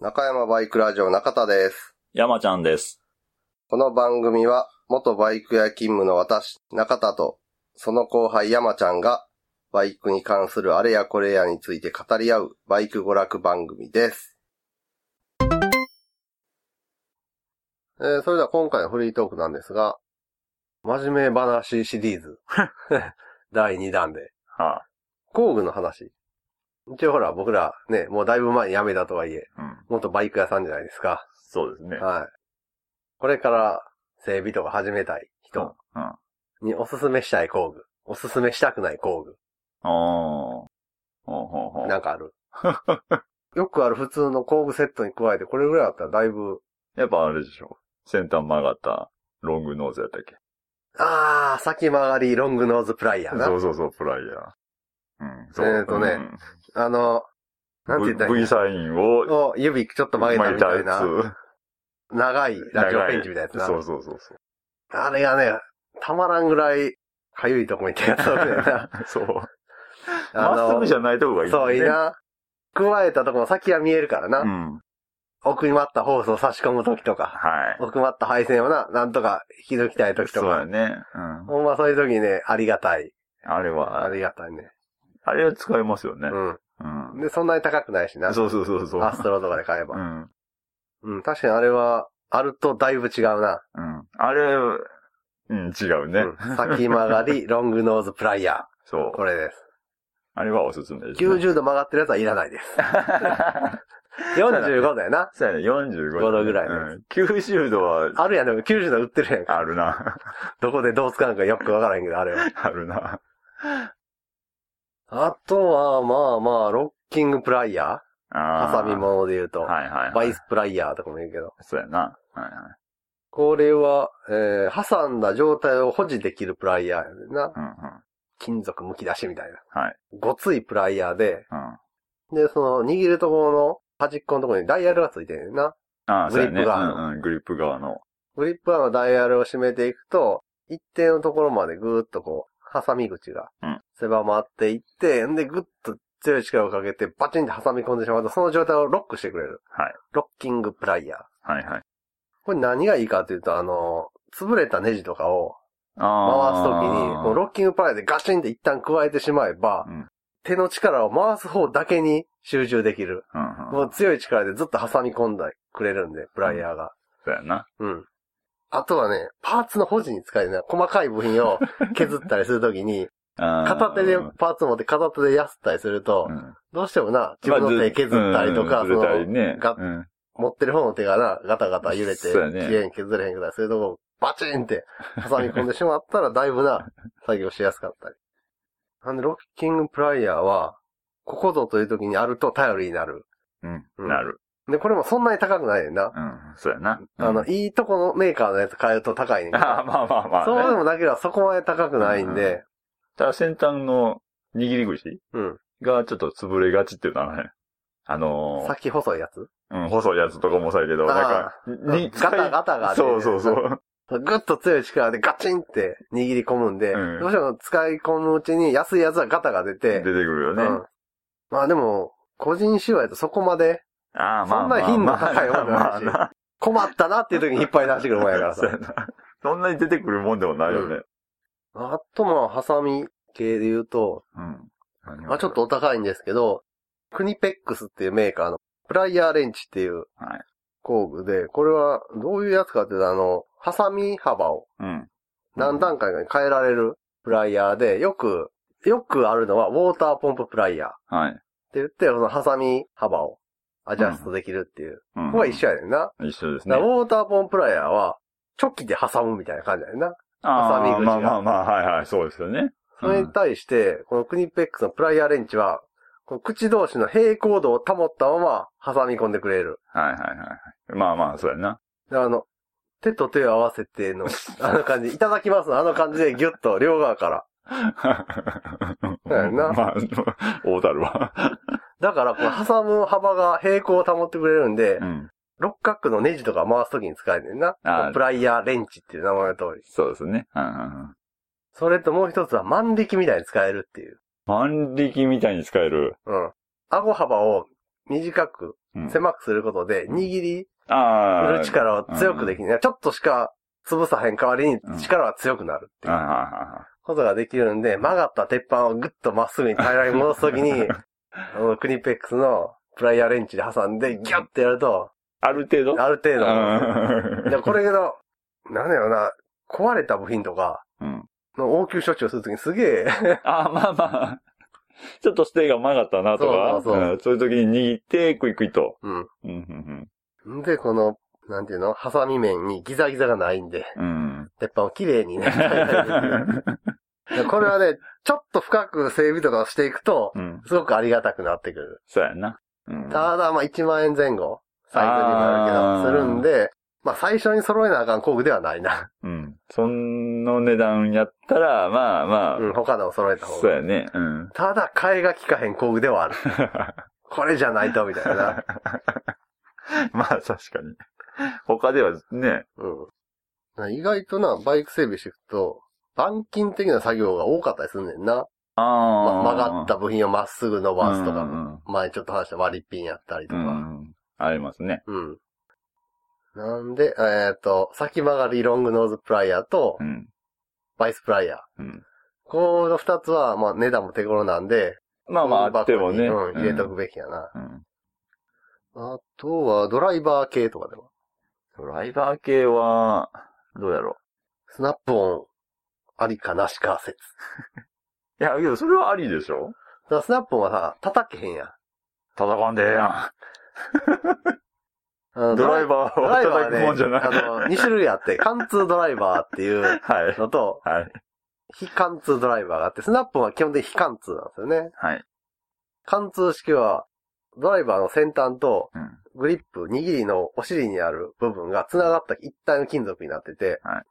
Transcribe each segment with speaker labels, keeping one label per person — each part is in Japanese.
Speaker 1: 中山バイクラジオ中田です。
Speaker 2: 山ちゃんです。
Speaker 1: この番組は、元バイク屋勤務の私、中田と、その後輩山ちゃんが、バイクに関するあれやこれやについて語り合う、バイク娯楽番組です。えーそれでは今回のフリートークなんですが、真面目話シリーズ。 第2弾で。
Speaker 2: は
Speaker 1: 工具の話。一応ほら、僕らね、もうだいぶ前に辞めたとはいえ、
Speaker 2: あ、うん。
Speaker 1: 元バイク屋さんじゃないですか。
Speaker 2: そうですね。
Speaker 1: はい。これから整備とか始めたい人
Speaker 2: うん。うん。
Speaker 1: におすすめしたい工具、おすすめしたくない工具、
Speaker 2: おー。ほうほうほう。
Speaker 1: なんかあ る。よくある普通の工具セットに加えて、これぐらいだったらだいぶ、
Speaker 2: やっぱあれでしょ。先端曲がったロングノーズやったっけ
Speaker 1: あー、先曲がりロングノーズプライヤーな
Speaker 2: そ。うそうそう、プライヤー。うん、そう。
Speaker 1: えーとね
Speaker 2: うん
Speaker 1: あの、なんて言ったらい
Speaker 2: v,
Speaker 1: い
Speaker 2: V サインを
Speaker 1: のを指ちょっと曲げたみたい
Speaker 2: や
Speaker 1: な、
Speaker 2: つ
Speaker 1: 長いラジオペンチみたいなやつな。
Speaker 2: そうそうそうそう。
Speaker 1: あれがね、たまらんぐらい、かゆいとこに手が届くね んな。
Speaker 2: そう。
Speaker 1: あ
Speaker 2: まっすぐじ
Speaker 1: ゃ
Speaker 2: ゃないとこがいい、ね。
Speaker 1: そう、いい。な。加えたとこの先が見えるからな。
Speaker 2: うん。
Speaker 1: 奥に待ったホースを差し込むときとか、
Speaker 2: はい。
Speaker 1: 奥まった配線をな、なんとか引き抜きたいときと
Speaker 2: そうや
Speaker 1: か。
Speaker 2: ね。うん。
Speaker 1: ほんまそういうときにね、ありがたい。
Speaker 2: あれ
Speaker 1: あ
Speaker 2: は、
Speaker 1: りがたいね。
Speaker 2: あれは使えますよね。
Speaker 1: う
Speaker 2: うん
Speaker 1: ん。。で、そんなに高くないしな。
Speaker 2: そうそうそうそう。
Speaker 1: アストロとかで買え
Speaker 2: う
Speaker 1: ば。
Speaker 2: ん。
Speaker 1: うん、確かにあれは、あるとだいぶ違うな。
Speaker 2: うん。あれ、うん、違うね。
Speaker 1: うん。先曲が り、ロングノーズプライヤ
Speaker 2: そう
Speaker 1: ー。。これです。
Speaker 2: あれはおすすめです、ね。
Speaker 1: 90度曲がってるやつはいらないです。45だよな。
Speaker 2: そうやね、45
Speaker 1: 5度ぐらいのや
Speaker 2: うん、90度は、
Speaker 1: あるやん、でも90度売ってるやんか。
Speaker 2: あるな。
Speaker 1: どこでどう使うのかよくわからへんけど、あれは。
Speaker 2: あるな。
Speaker 1: あとは、まあまあ、ロッキングプライヤー
Speaker 2: あ
Speaker 1: ハサミ。物で言うと。
Speaker 2: はいは
Speaker 1: バ
Speaker 2: い、はい。
Speaker 1: イスプライヤーとかも言うけど。
Speaker 2: そうやな。はいはい。
Speaker 1: これは、えー、挟んだ状態を保持できるプライヤーやねんな。
Speaker 2: うんうん。
Speaker 1: 金属剥き出しみたいな。
Speaker 2: はい。
Speaker 1: ごついプライヤーで、
Speaker 2: うん。
Speaker 1: で、その、握るところの端っこのところにダイヤルがついてるねんな。
Speaker 2: ああ、そうや
Speaker 1: グリッ
Speaker 2: ね。
Speaker 1: プ側の
Speaker 2: うんうん、グリップ側の。
Speaker 1: グリップアームのダイヤルを締めていくと、一定のところまでぐーっとこう、挟み口が
Speaker 2: うん
Speaker 1: 狭まっていって、んでぐっと強い力をかけてバチンって挟み込んでしまうと、その状態をロックしてくれる。
Speaker 2: はい。
Speaker 1: ロッキングプライヤー。
Speaker 2: はいはい。
Speaker 1: これ何がいいかというと、あの、潰れたネジとかを回すときに、
Speaker 2: あ
Speaker 1: このロッキングパイでガチンって一旦加えてしまえば、
Speaker 2: うん
Speaker 1: 手の力を回す方だけに集中できる。
Speaker 2: ーうんうん。
Speaker 1: もう強い力でずっと挟み込んだくれるんで、プライヤーが。
Speaker 2: そうやな。
Speaker 1: うん。あとはね、パーツの保持に使えるな。細かい部品 を削ったりするときに、
Speaker 2: あー
Speaker 1: 片手でパーツ持って片手でやすったりすると
Speaker 2: う、ん
Speaker 1: どうしてもな、自分の手削ったりとか、
Speaker 2: うん
Speaker 1: そ
Speaker 2: ずれたり
Speaker 1: の、
Speaker 2: ね。
Speaker 1: ガッ
Speaker 2: うん
Speaker 1: 持ってる方の手がな、ガタガタ揺れて、
Speaker 2: そうやね
Speaker 1: 綺麗に削れへんくらい、そういうとこバチンって挟み込んでしまったら、だいぶ な、作業しやすかったり。なんで、ロッキングプライヤーは、ここぞという時にあると頼りになる。う
Speaker 2: うんん。なる。
Speaker 1: で、これもそんなに高くないねんな。
Speaker 2: うん。そうやな。
Speaker 1: あの、いいとこのメーカーのやつ買えると高いねんけど。
Speaker 2: ああ、まあまあまあ、ね。
Speaker 1: そうでもなければそこまで高くないんで、
Speaker 2: ただ先端の握り口
Speaker 1: うん。
Speaker 2: がちょっと潰れがちっていうのはね、あのー、
Speaker 1: 先細いやつ
Speaker 2: うん、細いやつとかもそうやけど、
Speaker 1: あー
Speaker 2: なんか、に、
Speaker 1: ガタガタがあって
Speaker 2: そうそうそう。
Speaker 1: ぐっと強い力でガチンって握り込むんで、
Speaker 2: うん
Speaker 1: どうしても使い込むうちに安いやつはガタが出
Speaker 2: 出
Speaker 1: て
Speaker 2: て、くるよね。
Speaker 1: うん。まあでも、個人集合やとそこまで
Speaker 2: ああ、まあまあ。
Speaker 1: そんな頻度高いもんじゃ
Speaker 2: ま
Speaker 1: な
Speaker 2: あ
Speaker 1: いし
Speaker 2: まあ
Speaker 1: 困ったなっていう時に引っ張り出してくるもんやから
Speaker 2: な そうや
Speaker 1: さ。
Speaker 2: な。そんなに出てくるもんでもないよね。
Speaker 1: あとまあ、ハサミ系で言うと、
Speaker 2: うん。
Speaker 1: まあちょっとお高いんですけど、クニペックスっていうメーカーのプライヤーレンチっていう
Speaker 2: はい
Speaker 1: 工具で、これはどういうやつかっていうと、あの、ハサミ幅を
Speaker 2: うん。
Speaker 1: 何段階かに変えられるプライヤーで、よく、よくあるのはウォーターポンププライヤーっ
Speaker 2: はい。
Speaker 1: て言って、そのハサミ幅をアジャストできるっていう。
Speaker 2: うん
Speaker 1: ここは一緒やねんな。
Speaker 2: 一緒です
Speaker 1: だ
Speaker 2: ね
Speaker 1: から。ウォーターポンプライヤーは、チョキで挟むみたいな感じだよな。
Speaker 2: あ
Speaker 1: 挟
Speaker 2: ー
Speaker 1: み口が
Speaker 2: まあまあまあ、はいはい、そうですよね。
Speaker 1: それに対して、このクニペックスのプライヤーレンチは、この口同士の平行度を保ったまま挟み込んでくれる。
Speaker 2: はいはいはい。まあまあ、そうや な。
Speaker 1: であの、手と手を合わせて の、あの感じ、いただきますのあの感じでギュッと両側から。うやな
Speaker 2: まあ、大たるわ。
Speaker 1: だから、この挟む幅が平行を保ってくれるんで
Speaker 2: う、ん。
Speaker 1: 六角のネジとか回すときに使えるねんな。
Speaker 2: あー
Speaker 1: プライヤーレンチっていう名前の通り。
Speaker 2: そうですね。うんうんうん
Speaker 1: それともう一つは万力みたいに使えるっていう。
Speaker 2: 万力みたいに使える。
Speaker 1: うん。顎幅を短く
Speaker 2: うん、
Speaker 1: 狭くすることで、
Speaker 2: うん
Speaker 1: 握りす
Speaker 2: あ
Speaker 1: る
Speaker 2: ー
Speaker 1: 力を強くできる。ちょっとしか潰さへん代わりに
Speaker 2: うん
Speaker 1: 力は強くなるって
Speaker 2: あ
Speaker 1: い
Speaker 2: は
Speaker 1: う
Speaker 2: いは
Speaker 1: ことができるんで、曲がった鉄板をぐっとまっすぐに平らに戻すとき に、あのクニペックスのプライヤーレンチで挟んで、ギュッてやると、
Speaker 2: ある程度
Speaker 1: ある程度の。
Speaker 2: うん
Speaker 1: でこれの、なんだよな、壊れた部品とか、
Speaker 2: うん。
Speaker 1: の応急処置をするときにすげえ、
Speaker 2: あーまあまあ。ちょっとステイが曲がったなとか、
Speaker 1: そうそうそう
Speaker 2: うんそういう時に握って、クイクイと。
Speaker 1: うん。
Speaker 2: うん、うん、
Speaker 1: んで、この、なんていうのハサミ面にギザギザがないんで、
Speaker 2: うん。うん。
Speaker 1: 鉄板を綺麗に ね。でこれはね、ちょっと深く整備とかをしていくと、
Speaker 2: うん。
Speaker 1: すごくありがたくなってくる。
Speaker 2: そうやんな。うん。
Speaker 1: ただ、まあ1万円前後、サイズになるけ
Speaker 2: あ
Speaker 1: ど、
Speaker 2: ー
Speaker 1: するんで、まあ最初に揃えなあかん工具ではないな。
Speaker 2: うん。その値段やったら、まあまあ、
Speaker 1: うん、他のを揃えた方
Speaker 2: そう
Speaker 1: が。
Speaker 2: やね。うん。
Speaker 1: ただ、替えが効かへん工具ではある。これじゃないと、みたい な。
Speaker 2: まあ確かに。他ではね、
Speaker 1: うん。意外とな、バイク整備していくと、板金的な作業が多かったりすんねんな。
Speaker 2: あ
Speaker 1: ま
Speaker 2: あ、
Speaker 1: 曲がった部品をまっすぐ伸ばすとか
Speaker 2: うんう
Speaker 1: も、
Speaker 2: ん
Speaker 1: 前ちょっと話した割りピンやったりと
Speaker 2: う
Speaker 1: か。
Speaker 2: んうんありますね。
Speaker 1: うん。なんで、えっ、と、先曲がりロングノーズプライヤーと
Speaker 2: う、ん。
Speaker 1: バイスプライヤー。
Speaker 2: うん。
Speaker 1: この二つは、まあ、値段も手頃なんで、
Speaker 2: まあま
Speaker 1: ゴミ
Speaker 2: あ、あって
Speaker 1: 箱
Speaker 2: も
Speaker 1: に
Speaker 2: ね。
Speaker 1: うん、入れとくべきやな。
Speaker 2: うん。うん
Speaker 1: あとは、ドライバー系とかでも。
Speaker 2: ドライバー系は、どうやろ
Speaker 1: スナップオン、ありかなしか説。
Speaker 2: う。いや、けどそれはありでしょ
Speaker 1: だからスナップオンはさ、叩けへんやん。
Speaker 2: 叩かんでええや
Speaker 1: あの
Speaker 2: ん。ドライバー
Speaker 1: ド
Speaker 2: を
Speaker 1: ライバ
Speaker 2: 叩くもんじゃ
Speaker 1: ー
Speaker 2: ない。
Speaker 1: はね、あの、二種類あって、貫通ドライバーっていう
Speaker 2: はい。
Speaker 1: のと、
Speaker 2: はい。
Speaker 1: 非貫通ドライバーがあって、スナップオンは基本的に非貫通なんですよね。
Speaker 2: はい。
Speaker 1: 貫通式は、ドライバーの先端と
Speaker 2: うん。
Speaker 1: グリップ、握りのお尻にある部分が繋がった一体の金属になってて、
Speaker 2: は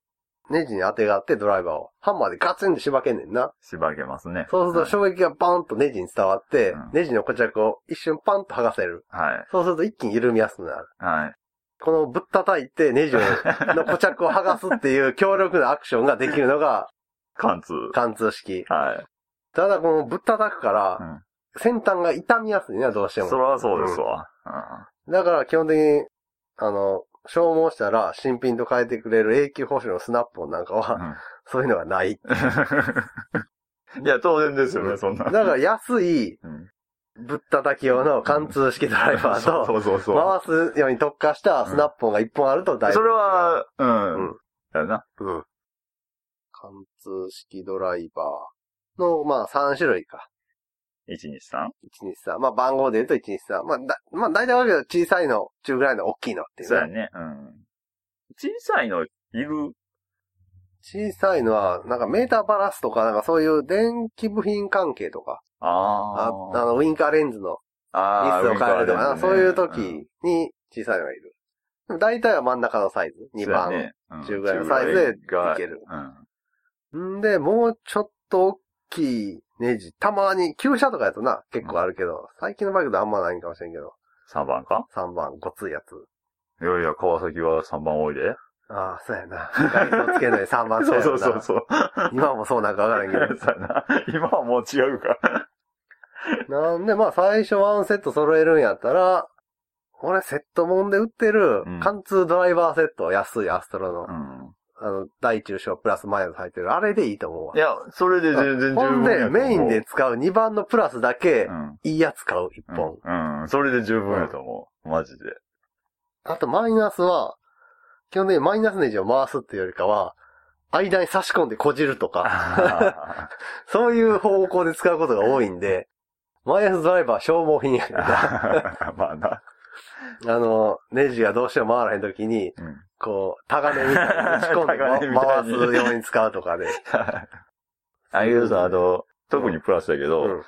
Speaker 1: ネジに当てがあってドライバーをハンマーでガツンと縛けんねんな。
Speaker 2: しばけますね。
Speaker 1: そうすると衝撃がバーンとネジに伝わって、
Speaker 2: うん
Speaker 1: ネジの固着を一瞬パンと剥がせる。
Speaker 2: はい。
Speaker 1: そうすると一気に緩みやすくなる。
Speaker 2: はい。
Speaker 1: このぶったたいてネジをの固着を剥がすっていう強力なアクションができるのが
Speaker 2: 貫通。
Speaker 1: 貫通式。
Speaker 2: はい。
Speaker 1: ただこのぶったたくから、先端が傷みやすいね、どうしても
Speaker 2: そ。れはそうですわ。
Speaker 1: だから基本的に、あの、消耗したら新品と変えてくれる永久保証のスナップオンなんか
Speaker 2: う
Speaker 1: は、
Speaker 2: ん
Speaker 1: そういうのがない。
Speaker 2: うん。い や、当然ですよね、そんな。
Speaker 1: だから安い
Speaker 2: うん
Speaker 1: ぶったたき用の貫通式ドライバーと、
Speaker 2: そうそうそうそう。
Speaker 1: 回すように特化したスナップオンが1本あると大
Speaker 2: それ、は、う
Speaker 1: うん
Speaker 2: ん。だな。
Speaker 1: うん。貫通式ドライバーの、まあ3種類か。
Speaker 2: 123。
Speaker 1: 123。まあ番号で言うと123。まあだ、まあ大体あるけど小さいの、中ぐらいの大きいのっていうね
Speaker 2: そうやね。うん。小さいのいる
Speaker 1: 小さいのは、なんかメーターバラスとか、なんかそういう電気部品関係とか、あ
Speaker 2: あ
Speaker 1: あの、ウインカーレンズのリ
Speaker 2: あ
Speaker 1: スを変えるとかな、そういう
Speaker 2: うん
Speaker 1: 時に小さいのがいる。でも大体は真ん中のサイズ、2番。
Speaker 2: そうやねうん
Speaker 1: 中ぐらいのサイズでいける
Speaker 2: うん。
Speaker 1: んで、もうちょっと大きいネジ、たまに、旧車とかやとな、結構あるけど、最近のバイクであんまないんかもしれんけど、
Speaker 2: 3番か
Speaker 1: 3番、ごついやつ。
Speaker 2: いやいや、川崎は3番多いで。
Speaker 1: ああ、そうや な。ガイドつけない3番
Speaker 2: そう
Speaker 1: やろ
Speaker 2: そう
Speaker 1: な
Speaker 2: そう そう。
Speaker 1: 今もそうなんかわからんけど。
Speaker 2: そうやな今はもう違うか。
Speaker 1: なんで、まあ、最初ワンセット揃えるんやったら、俺、セットもんで売ってる
Speaker 2: うん、
Speaker 1: 貫通ドライバーセット、安いアストロの、
Speaker 2: うん。
Speaker 1: あの、大中小プラスマイナス入ってる、あれでいいと思うわ
Speaker 2: い。や、それで全然十分
Speaker 1: ほん
Speaker 2: や
Speaker 1: で、
Speaker 2: と思う
Speaker 1: メインで、使う2番のプラスだけ
Speaker 2: う、ん。
Speaker 1: いいやつ買う、1本。
Speaker 2: うん。うん。それで十分やと思う。マジで。
Speaker 1: あと、マイナスは、基本的にマイナスネジを回すっていうよりかは、間に差し込んでこじるとか、
Speaker 2: あ
Speaker 1: そういう方向で使うことが多いんで、マイナスドライバーは消耗品や けど、あ
Speaker 2: ーまあな。
Speaker 1: の、ネジがどうしても回らへんときに、
Speaker 2: うん。
Speaker 1: こう、タガネみたいに打ち込ん
Speaker 2: タガネ
Speaker 1: で
Speaker 2: みた
Speaker 1: 回
Speaker 2: いに
Speaker 1: すように使うとかで。
Speaker 2: ああいうさ、あの、特にプラスだけど、
Speaker 1: うん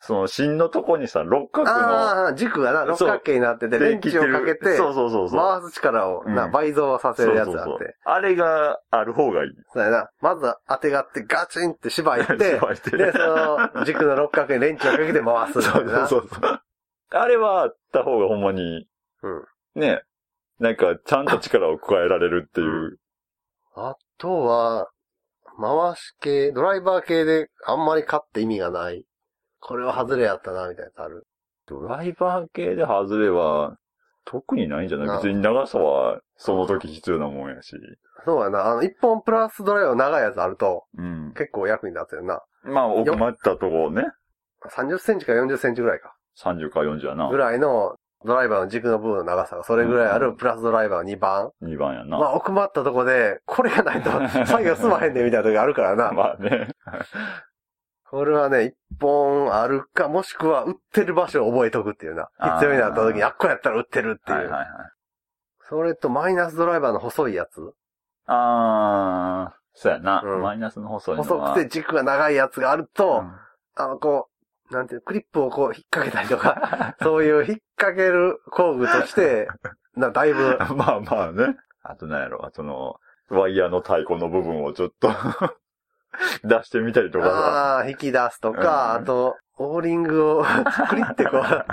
Speaker 2: その芯のとこにさ、六角の、
Speaker 1: ああ、軸がな、六角形になってて、
Speaker 2: で
Speaker 1: 電気をかけて、
Speaker 2: そうそうそうそう。
Speaker 1: 回す力をな、
Speaker 2: うん
Speaker 1: 倍増させるやつ
Speaker 2: そう
Speaker 1: があ
Speaker 2: そ
Speaker 1: っ
Speaker 2: うそう
Speaker 1: て。
Speaker 2: あれがある方がいい。
Speaker 1: そうやな。まず当てがってガチンって縛い て、
Speaker 2: 芝居して
Speaker 1: で、その軸の六角にレンチをかけて回す
Speaker 2: そう
Speaker 1: みたい
Speaker 2: そ
Speaker 1: な。
Speaker 2: うそうそう。あれはあった方がほんまに、
Speaker 1: うん
Speaker 2: ね、なんかちゃんと力を加えられるっていう。
Speaker 1: あとは、回し系、ドライバー系であんまり買って意味がない。これは外れやったな、みたいなやつある。
Speaker 2: ドライバー系で外れは、特にないんじゃな
Speaker 1: ない
Speaker 2: 別に長さは、その時必要なもんやし。
Speaker 1: そうやな。あの、一本プラスドライバー長いやつあると、
Speaker 2: うん。
Speaker 1: 結構役に立つよな。
Speaker 2: まあ、奥まったとこね。
Speaker 1: 30センチから40センチぐらいか。
Speaker 2: 30か40やな
Speaker 1: ぐ。らいの、ドライバーの軸の部分の長さがそれぐらいあ
Speaker 2: う
Speaker 1: る
Speaker 2: ん
Speaker 1: プラスドライバーの2番。
Speaker 2: 2番や
Speaker 1: ま
Speaker 2: な。
Speaker 1: あ、奥まったとこで、これがない と作業済まへんねみたいな時あるからな。
Speaker 2: まあね。
Speaker 1: これはね、一本あるか、もしくは売ってる場所を覚えとくっていうな
Speaker 2: あー。
Speaker 1: 必要になった時に、あっこやったら売ってるっていう。
Speaker 2: はいはいはい。
Speaker 1: それとマイナスドライバーの細いやつ。
Speaker 2: あー、そうやな。
Speaker 1: うん
Speaker 2: マイナスの細いのは。
Speaker 1: 細くて軸が長いやつがあると、あの、こう、なんていうの、クリップをこう引っ掛けたりと か、そういう引っ掛ける工具として、な、だいぶ、
Speaker 2: うんまあまあね。あとなんやろ、その、ワイヤーの太鼓の部分をちょっと、 出してみたりとか
Speaker 1: ああ、引き出すとか、
Speaker 2: うん
Speaker 1: あと、オーリングを クリってこう、
Speaker 2: さ。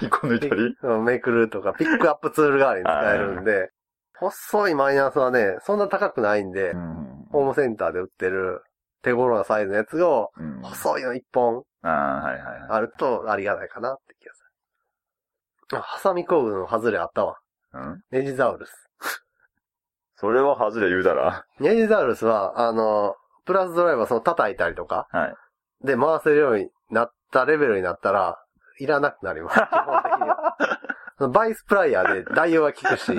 Speaker 2: 引っこ抜いたり。
Speaker 1: うん めくるとか、ピックアップツール代わりに使えるんで、細いマイナスはね、そんな高くないんで
Speaker 2: う、ん
Speaker 1: ホームセンターで売ってる手頃なサイズのやつを、
Speaker 2: うん
Speaker 1: 細いの一本
Speaker 2: ああ、はいはいはい。
Speaker 1: あるとありがたいかなって気がする。あハサミ工具の外れあったわ。
Speaker 2: うん
Speaker 1: ネジザウルス。
Speaker 2: それは外れ言うたら。
Speaker 1: ネジザウルスは、あの、プラスドライバーその叩いたりとか、
Speaker 2: はい。
Speaker 1: で回せるようになったレベルになったら、いらなくなり ます。基本的には。そのバイスプライヤーで代用は効く し、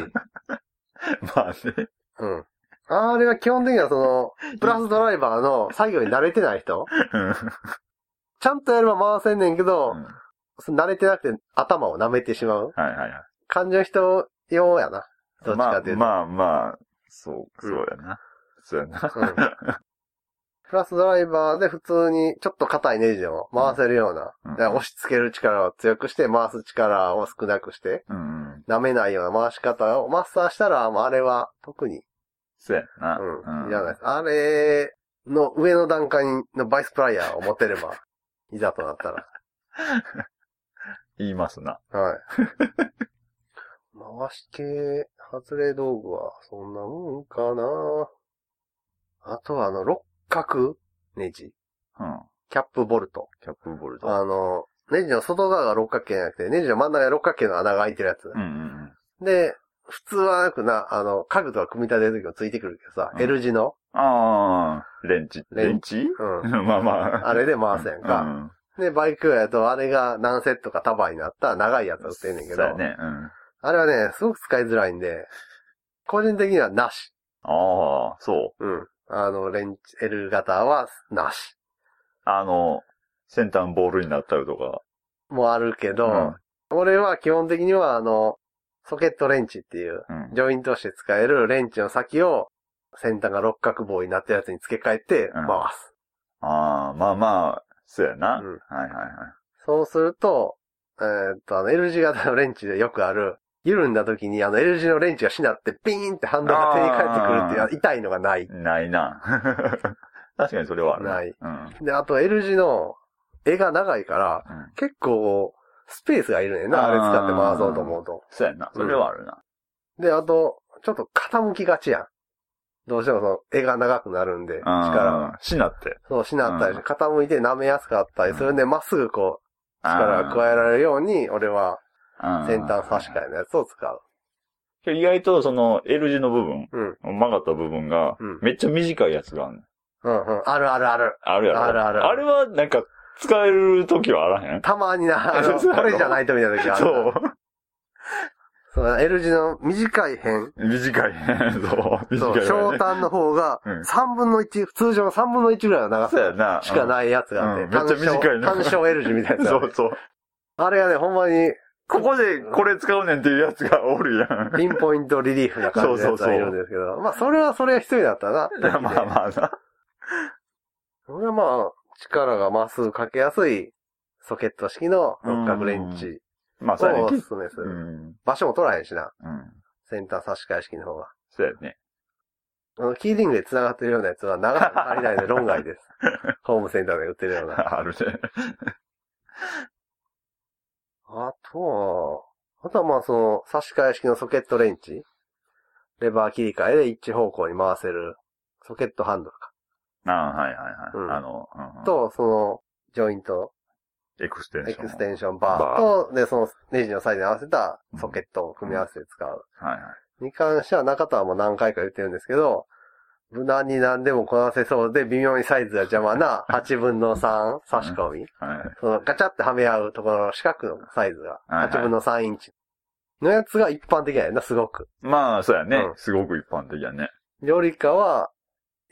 Speaker 2: まあね。
Speaker 1: うん。あれは基本的にはその、プラスドライバーの作業に慣れてない人
Speaker 2: うん
Speaker 1: ちゃんとやれば回せんねんけど、
Speaker 2: うん
Speaker 1: 慣れてなくて頭を舐めてしまう。
Speaker 2: はいはいは
Speaker 1: 感じの人用やな。どっ
Speaker 2: い。
Speaker 1: ち
Speaker 2: ま
Speaker 1: か
Speaker 2: あ
Speaker 1: というと。
Speaker 2: まあまあ、そう、
Speaker 1: う
Speaker 2: そ
Speaker 1: ん
Speaker 2: うやな。そうやな。
Speaker 1: うん プラスドライバーで普通にちょっと硬いネジを回せるような、
Speaker 2: うん
Speaker 1: だから押し付ける力を強くして、回す力を少なくして、
Speaker 2: うんうん。
Speaker 1: 舐めないような回し方をマスターしたら、もうあれは特に、
Speaker 2: そうやな。
Speaker 1: うん、
Speaker 2: うん
Speaker 1: いらないです。あれの上の段階のバイスプライヤーを持てれば、 いざとなったら。
Speaker 2: 言いますな。
Speaker 1: はい。 回し系、外れ道具は、そんなもんかなあとは、あの、六角ネジ
Speaker 2: うん。
Speaker 1: キャップボルト。
Speaker 2: キャップボルト。
Speaker 1: あの、ネジの外側が六角形じゃなくて、ネジの真ん中が六角形の穴が開いてるやつ。
Speaker 2: うんうんうん。
Speaker 1: で、普通はよくな、あの、家具とか組み立てる時もついてくるけどさ、
Speaker 2: うん
Speaker 1: L 字の、
Speaker 2: ああ、レンチ。
Speaker 1: レ
Speaker 2: レ
Speaker 1: ン
Speaker 2: ンチ
Speaker 1: うん、
Speaker 2: まあまあ。
Speaker 1: あれで回すやんか。
Speaker 2: うん。
Speaker 1: で、バイクやと、あれが何セットか束になった長いやつを売ってんねんけ
Speaker 2: そう
Speaker 1: ど、
Speaker 2: やね。うん。
Speaker 1: あれはね、すごく使いづらいんで、個人的にはなし。
Speaker 2: ああ、そ
Speaker 1: う
Speaker 2: う。
Speaker 1: ん。あの、レンチ、L 型はなし。
Speaker 2: あの、先端ボールになったりとか。
Speaker 1: もあるけど、俺は基本的には、あの、ソケットレンチっていう、
Speaker 2: うん。うん
Speaker 1: ジョイントして使えるレンチの先を、先端が六角棒になったやつに付け替えて
Speaker 2: うん
Speaker 1: 回す。
Speaker 2: ああ、まあまあ、そうやな。
Speaker 1: うん
Speaker 2: はいはいはい。
Speaker 1: そうすると、えーっと、あの、L 字型のレンチでよくある、緩んだ時にあの L 字のレンチがしなってピーンって反動が手に返ってくるっていう、痛いのがない。
Speaker 2: ないな。 確かにそれはある。
Speaker 1: ない。
Speaker 2: うん。
Speaker 1: で、あと L 字の絵が長いから、
Speaker 2: うん
Speaker 1: 結構、スペースがいるねんな、
Speaker 2: あー
Speaker 1: あれ使って回そうと思うと。
Speaker 2: そうやな。それはあるな。
Speaker 1: で、あと、ちょっと傾きがちやん。どうしてもその、絵が長くなるんで、力が。
Speaker 2: うん。しなって。
Speaker 1: そう、しなったりして、傾いて舐めやすかったりするんで、まっすぐこう、力が
Speaker 2: え
Speaker 1: 加えられるように、俺は先端差し
Speaker 2: か
Speaker 1: 替えのやつを使う。
Speaker 2: え。意外とその L 字の部分、
Speaker 1: うん
Speaker 2: 曲がった部分が
Speaker 1: うん、
Speaker 2: めっちゃ短いやつがあるね
Speaker 1: うんうん。あるあるある。
Speaker 2: あるやろ。
Speaker 1: あるある
Speaker 2: あれはなんか使える時はあらへん。
Speaker 1: たまに な、あの
Speaker 2: そうや
Speaker 1: こ
Speaker 2: ろ
Speaker 1: れじゃないとみたいな時がある。
Speaker 2: そう。
Speaker 1: そう。L 字の短い辺。
Speaker 2: 短いね。そう。短い
Speaker 1: そう、
Speaker 2: よね
Speaker 1: 小端の方が
Speaker 2: うん、
Speaker 1: 3分の1、通常の3分の1ぐらいの長
Speaker 2: そうや
Speaker 1: さ
Speaker 2: な。
Speaker 1: しかないやつがあって、
Speaker 2: うんめっちゃ短いな
Speaker 1: 単勝 L 字みたいなやつ
Speaker 2: そ
Speaker 1: ある
Speaker 2: うそう。
Speaker 1: あれがね、ほんまに、
Speaker 2: ここでこれ使うねんっていうやつがおるやん。
Speaker 1: ピンポイントリリーフな感じのやつがいるんですけど、まあ、それはそれは必要だったな。
Speaker 2: まあまあな。
Speaker 1: それはまあ、力がまっすぐかけやすい、ソケット式の六角レンチ
Speaker 2: まあ
Speaker 1: を
Speaker 2: そうや
Speaker 1: おす
Speaker 2: ねん。
Speaker 1: すめす
Speaker 2: う
Speaker 1: る。
Speaker 2: ん。うん。
Speaker 1: 場所も取らへんしな、先端差し替え式の方が。
Speaker 2: そうやね。
Speaker 1: あの、キーリングで繋がってるようなやつは長さが足りないので論 外です。ホームセンターで売ってるような。
Speaker 2: あるね。
Speaker 1: あとは、あとはまあその差し替え式のソケットレンチ。レバー切り替えで一方向に回せるソケットハンドルか。
Speaker 2: ああ、はいはいはい。
Speaker 1: うん
Speaker 2: あの、うんうん、
Speaker 1: と、その、ジョイント
Speaker 2: エクステン
Speaker 1: エ
Speaker 2: ション。
Speaker 1: クステンションバーと、で、そのネジのサイズに合わせたソケットを組み合わせて使う。
Speaker 2: はいはい。
Speaker 1: に関しては中田はもう何回か言ってるんですけど、無難に何でもこなせそうで、微妙にサイズが邪魔な8分の3差し込み。
Speaker 2: はいはい。
Speaker 1: そのガチャってはめ合うところの四角のサイズが、
Speaker 2: はいはい
Speaker 1: 8分の3インチのやつが一般的やな、すごく。
Speaker 2: まあ、そうやね、
Speaker 1: うん
Speaker 2: すごく一般的やね。
Speaker 1: よりかは、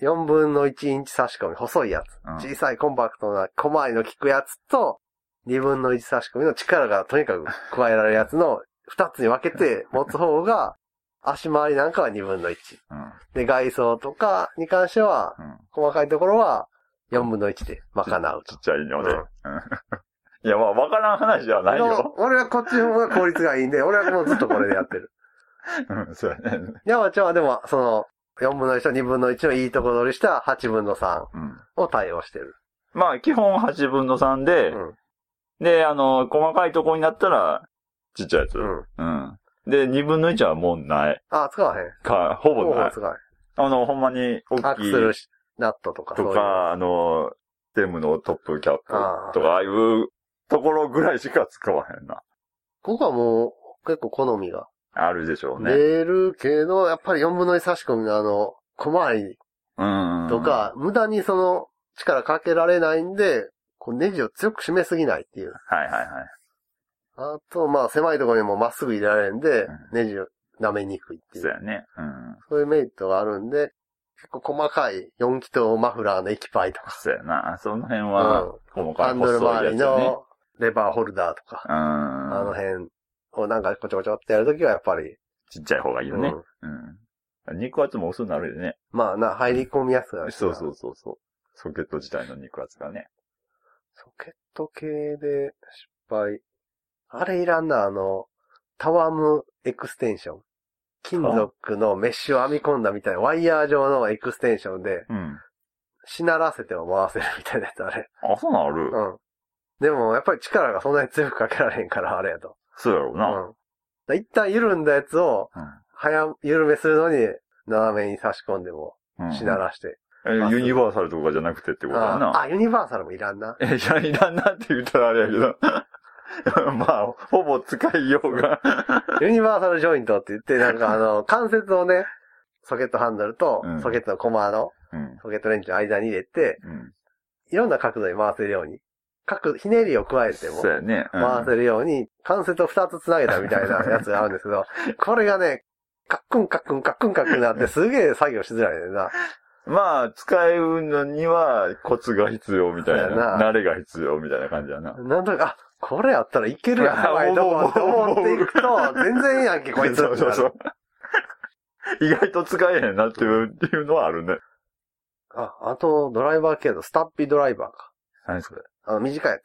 Speaker 1: 4分の1インチ差し込み、細いやつ。
Speaker 2: うん
Speaker 1: 小さいコンパクトな小回りの効くやつと、2分の1差し込みの力がとにかく加えられるやつの2つに分けて持つ方が、足回りなんかは2分の1。
Speaker 2: うん。
Speaker 1: で、外装とかに関しては、
Speaker 2: うん
Speaker 1: 細かいところは4分の1で賄う
Speaker 2: ち
Speaker 1: と
Speaker 2: っ。ちゃいので。
Speaker 1: うん
Speaker 2: うんいや、まあ、わからん話じゃない
Speaker 1: でも
Speaker 2: よ。
Speaker 1: 俺はこっちの方が効率がいいんで、俺はもうずっとこれでやってる。
Speaker 2: うん、そうやね。
Speaker 1: 山ちゃんはでも、その、4分の1と2分の1のいいとこ取りした8分の3
Speaker 2: うん。
Speaker 1: を対応してる。
Speaker 2: まあ、基本8分の3で、
Speaker 1: うん
Speaker 2: で、あの、細かいとこになったら、ちっちゃいやつ。
Speaker 1: うん。
Speaker 2: うん。で、2分の1はもうない。
Speaker 1: あ、使わへん。
Speaker 2: か、ほぼ
Speaker 1: ほ
Speaker 2: な
Speaker 1: ぼ
Speaker 2: い。
Speaker 1: 使わへん。
Speaker 2: あの、ほんまに、
Speaker 1: ア
Speaker 2: 大
Speaker 1: ク
Speaker 2: きい
Speaker 1: セルナットとかそう
Speaker 2: と
Speaker 1: いう。
Speaker 2: か、あの、ステムのトップキャップ
Speaker 1: あー
Speaker 2: とか、ああいうところぐらいしか使わへんな。
Speaker 1: ここはもう結構好みが
Speaker 2: あるでしょうね。
Speaker 1: 出るけど、やっぱり4分の1差し込みのあの、小回り
Speaker 2: うん。
Speaker 1: と、か、無駄にその力かけられないんで、こうネジを強く締めすぎないっていう。
Speaker 2: はいはいはい。
Speaker 1: あと、まあ狭いところにもまっすぐ入れられるんで、ネジを舐めにくいってい
Speaker 2: そう
Speaker 1: う。
Speaker 2: やね。うん。
Speaker 1: そういうメリットがあるんで、結構細かい4気筒マフラーの液パイとか、
Speaker 2: そうやな。その辺
Speaker 1: うん
Speaker 2: は、細か
Speaker 1: ハ
Speaker 2: い
Speaker 1: ンドル
Speaker 2: 細
Speaker 1: 周
Speaker 2: いや
Speaker 1: り
Speaker 2: つよね。
Speaker 1: のレバーホルダーとか、
Speaker 2: うん。
Speaker 1: あ
Speaker 2: あ
Speaker 1: の辺をなんかこちょこちょってやるときはやっぱり、
Speaker 2: ちっちゃい方がいいよ
Speaker 1: う
Speaker 2: ね
Speaker 1: ん。
Speaker 2: うん。肉厚も薄になるよね。
Speaker 1: まあな、入り込みやすくなるし
Speaker 2: そ
Speaker 1: な
Speaker 2: うそうそうそう。ソケット自体の肉厚がね。
Speaker 1: ソケット系で失敗。あれいらんな、あの、タワムエクステンション。金属のメッシュを編み込んだみたいな、ワイヤー状のエクステンションで、
Speaker 2: うん。
Speaker 1: しならせても回せるみたいなやつ、あれ。
Speaker 2: あ、そうなる
Speaker 1: うん。でも、やっぱり力がそんなに強くかけられへんから、あれやと。
Speaker 2: そうやろう
Speaker 1: う
Speaker 2: な。
Speaker 1: ん。だ一旦緩んだやつを
Speaker 2: うん、
Speaker 1: 早、緩めするのに、斜めに差し込んでも、
Speaker 2: うん
Speaker 1: しならして。
Speaker 2: えユニバーサルとかじゃなくてってことや
Speaker 1: あ
Speaker 2: な。
Speaker 1: あ、ユニバーサルもいらんな。
Speaker 2: え、いや、いらんなって言ったらあれやけど。 まあ、ほぼ使いようが。
Speaker 1: ユニバーサルジョイントって言って、なんかあ の、関節をね、ソケットハンドルと
Speaker 2: うん、
Speaker 1: ソケットのコマの、
Speaker 2: うん。
Speaker 1: ソケットレンチの間に入れて、
Speaker 2: うん。
Speaker 1: いろんな角度に回せるように、角、ひねりを加えても
Speaker 2: そう、やね。うん
Speaker 1: 回せるように、関節を二つ繋げたみたい なやつがあるんですけど、これがね、カックンカックンカックンカックンなって、すげえ作業しづらいねんな。
Speaker 2: まあ、使うのにはコツが必要みたい
Speaker 1: そうや
Speaker 2: な。
Speaker 1: な
Speaker 2: 慣れが必要みたいな感じやな。
Speaker 1: なんとか、あ、これやったらいけるやん、やばいと思って思っていくと、全然やんけ、こいつ。
Speaker 2: そうそうそう。意外と使えへんなっていうっていうのはあるね。
Speaker 1: あ、あと、ドライバー系のスタッピードライバーか。
Speaker 2: 何それ
Speaker 1: あの、短いやつ。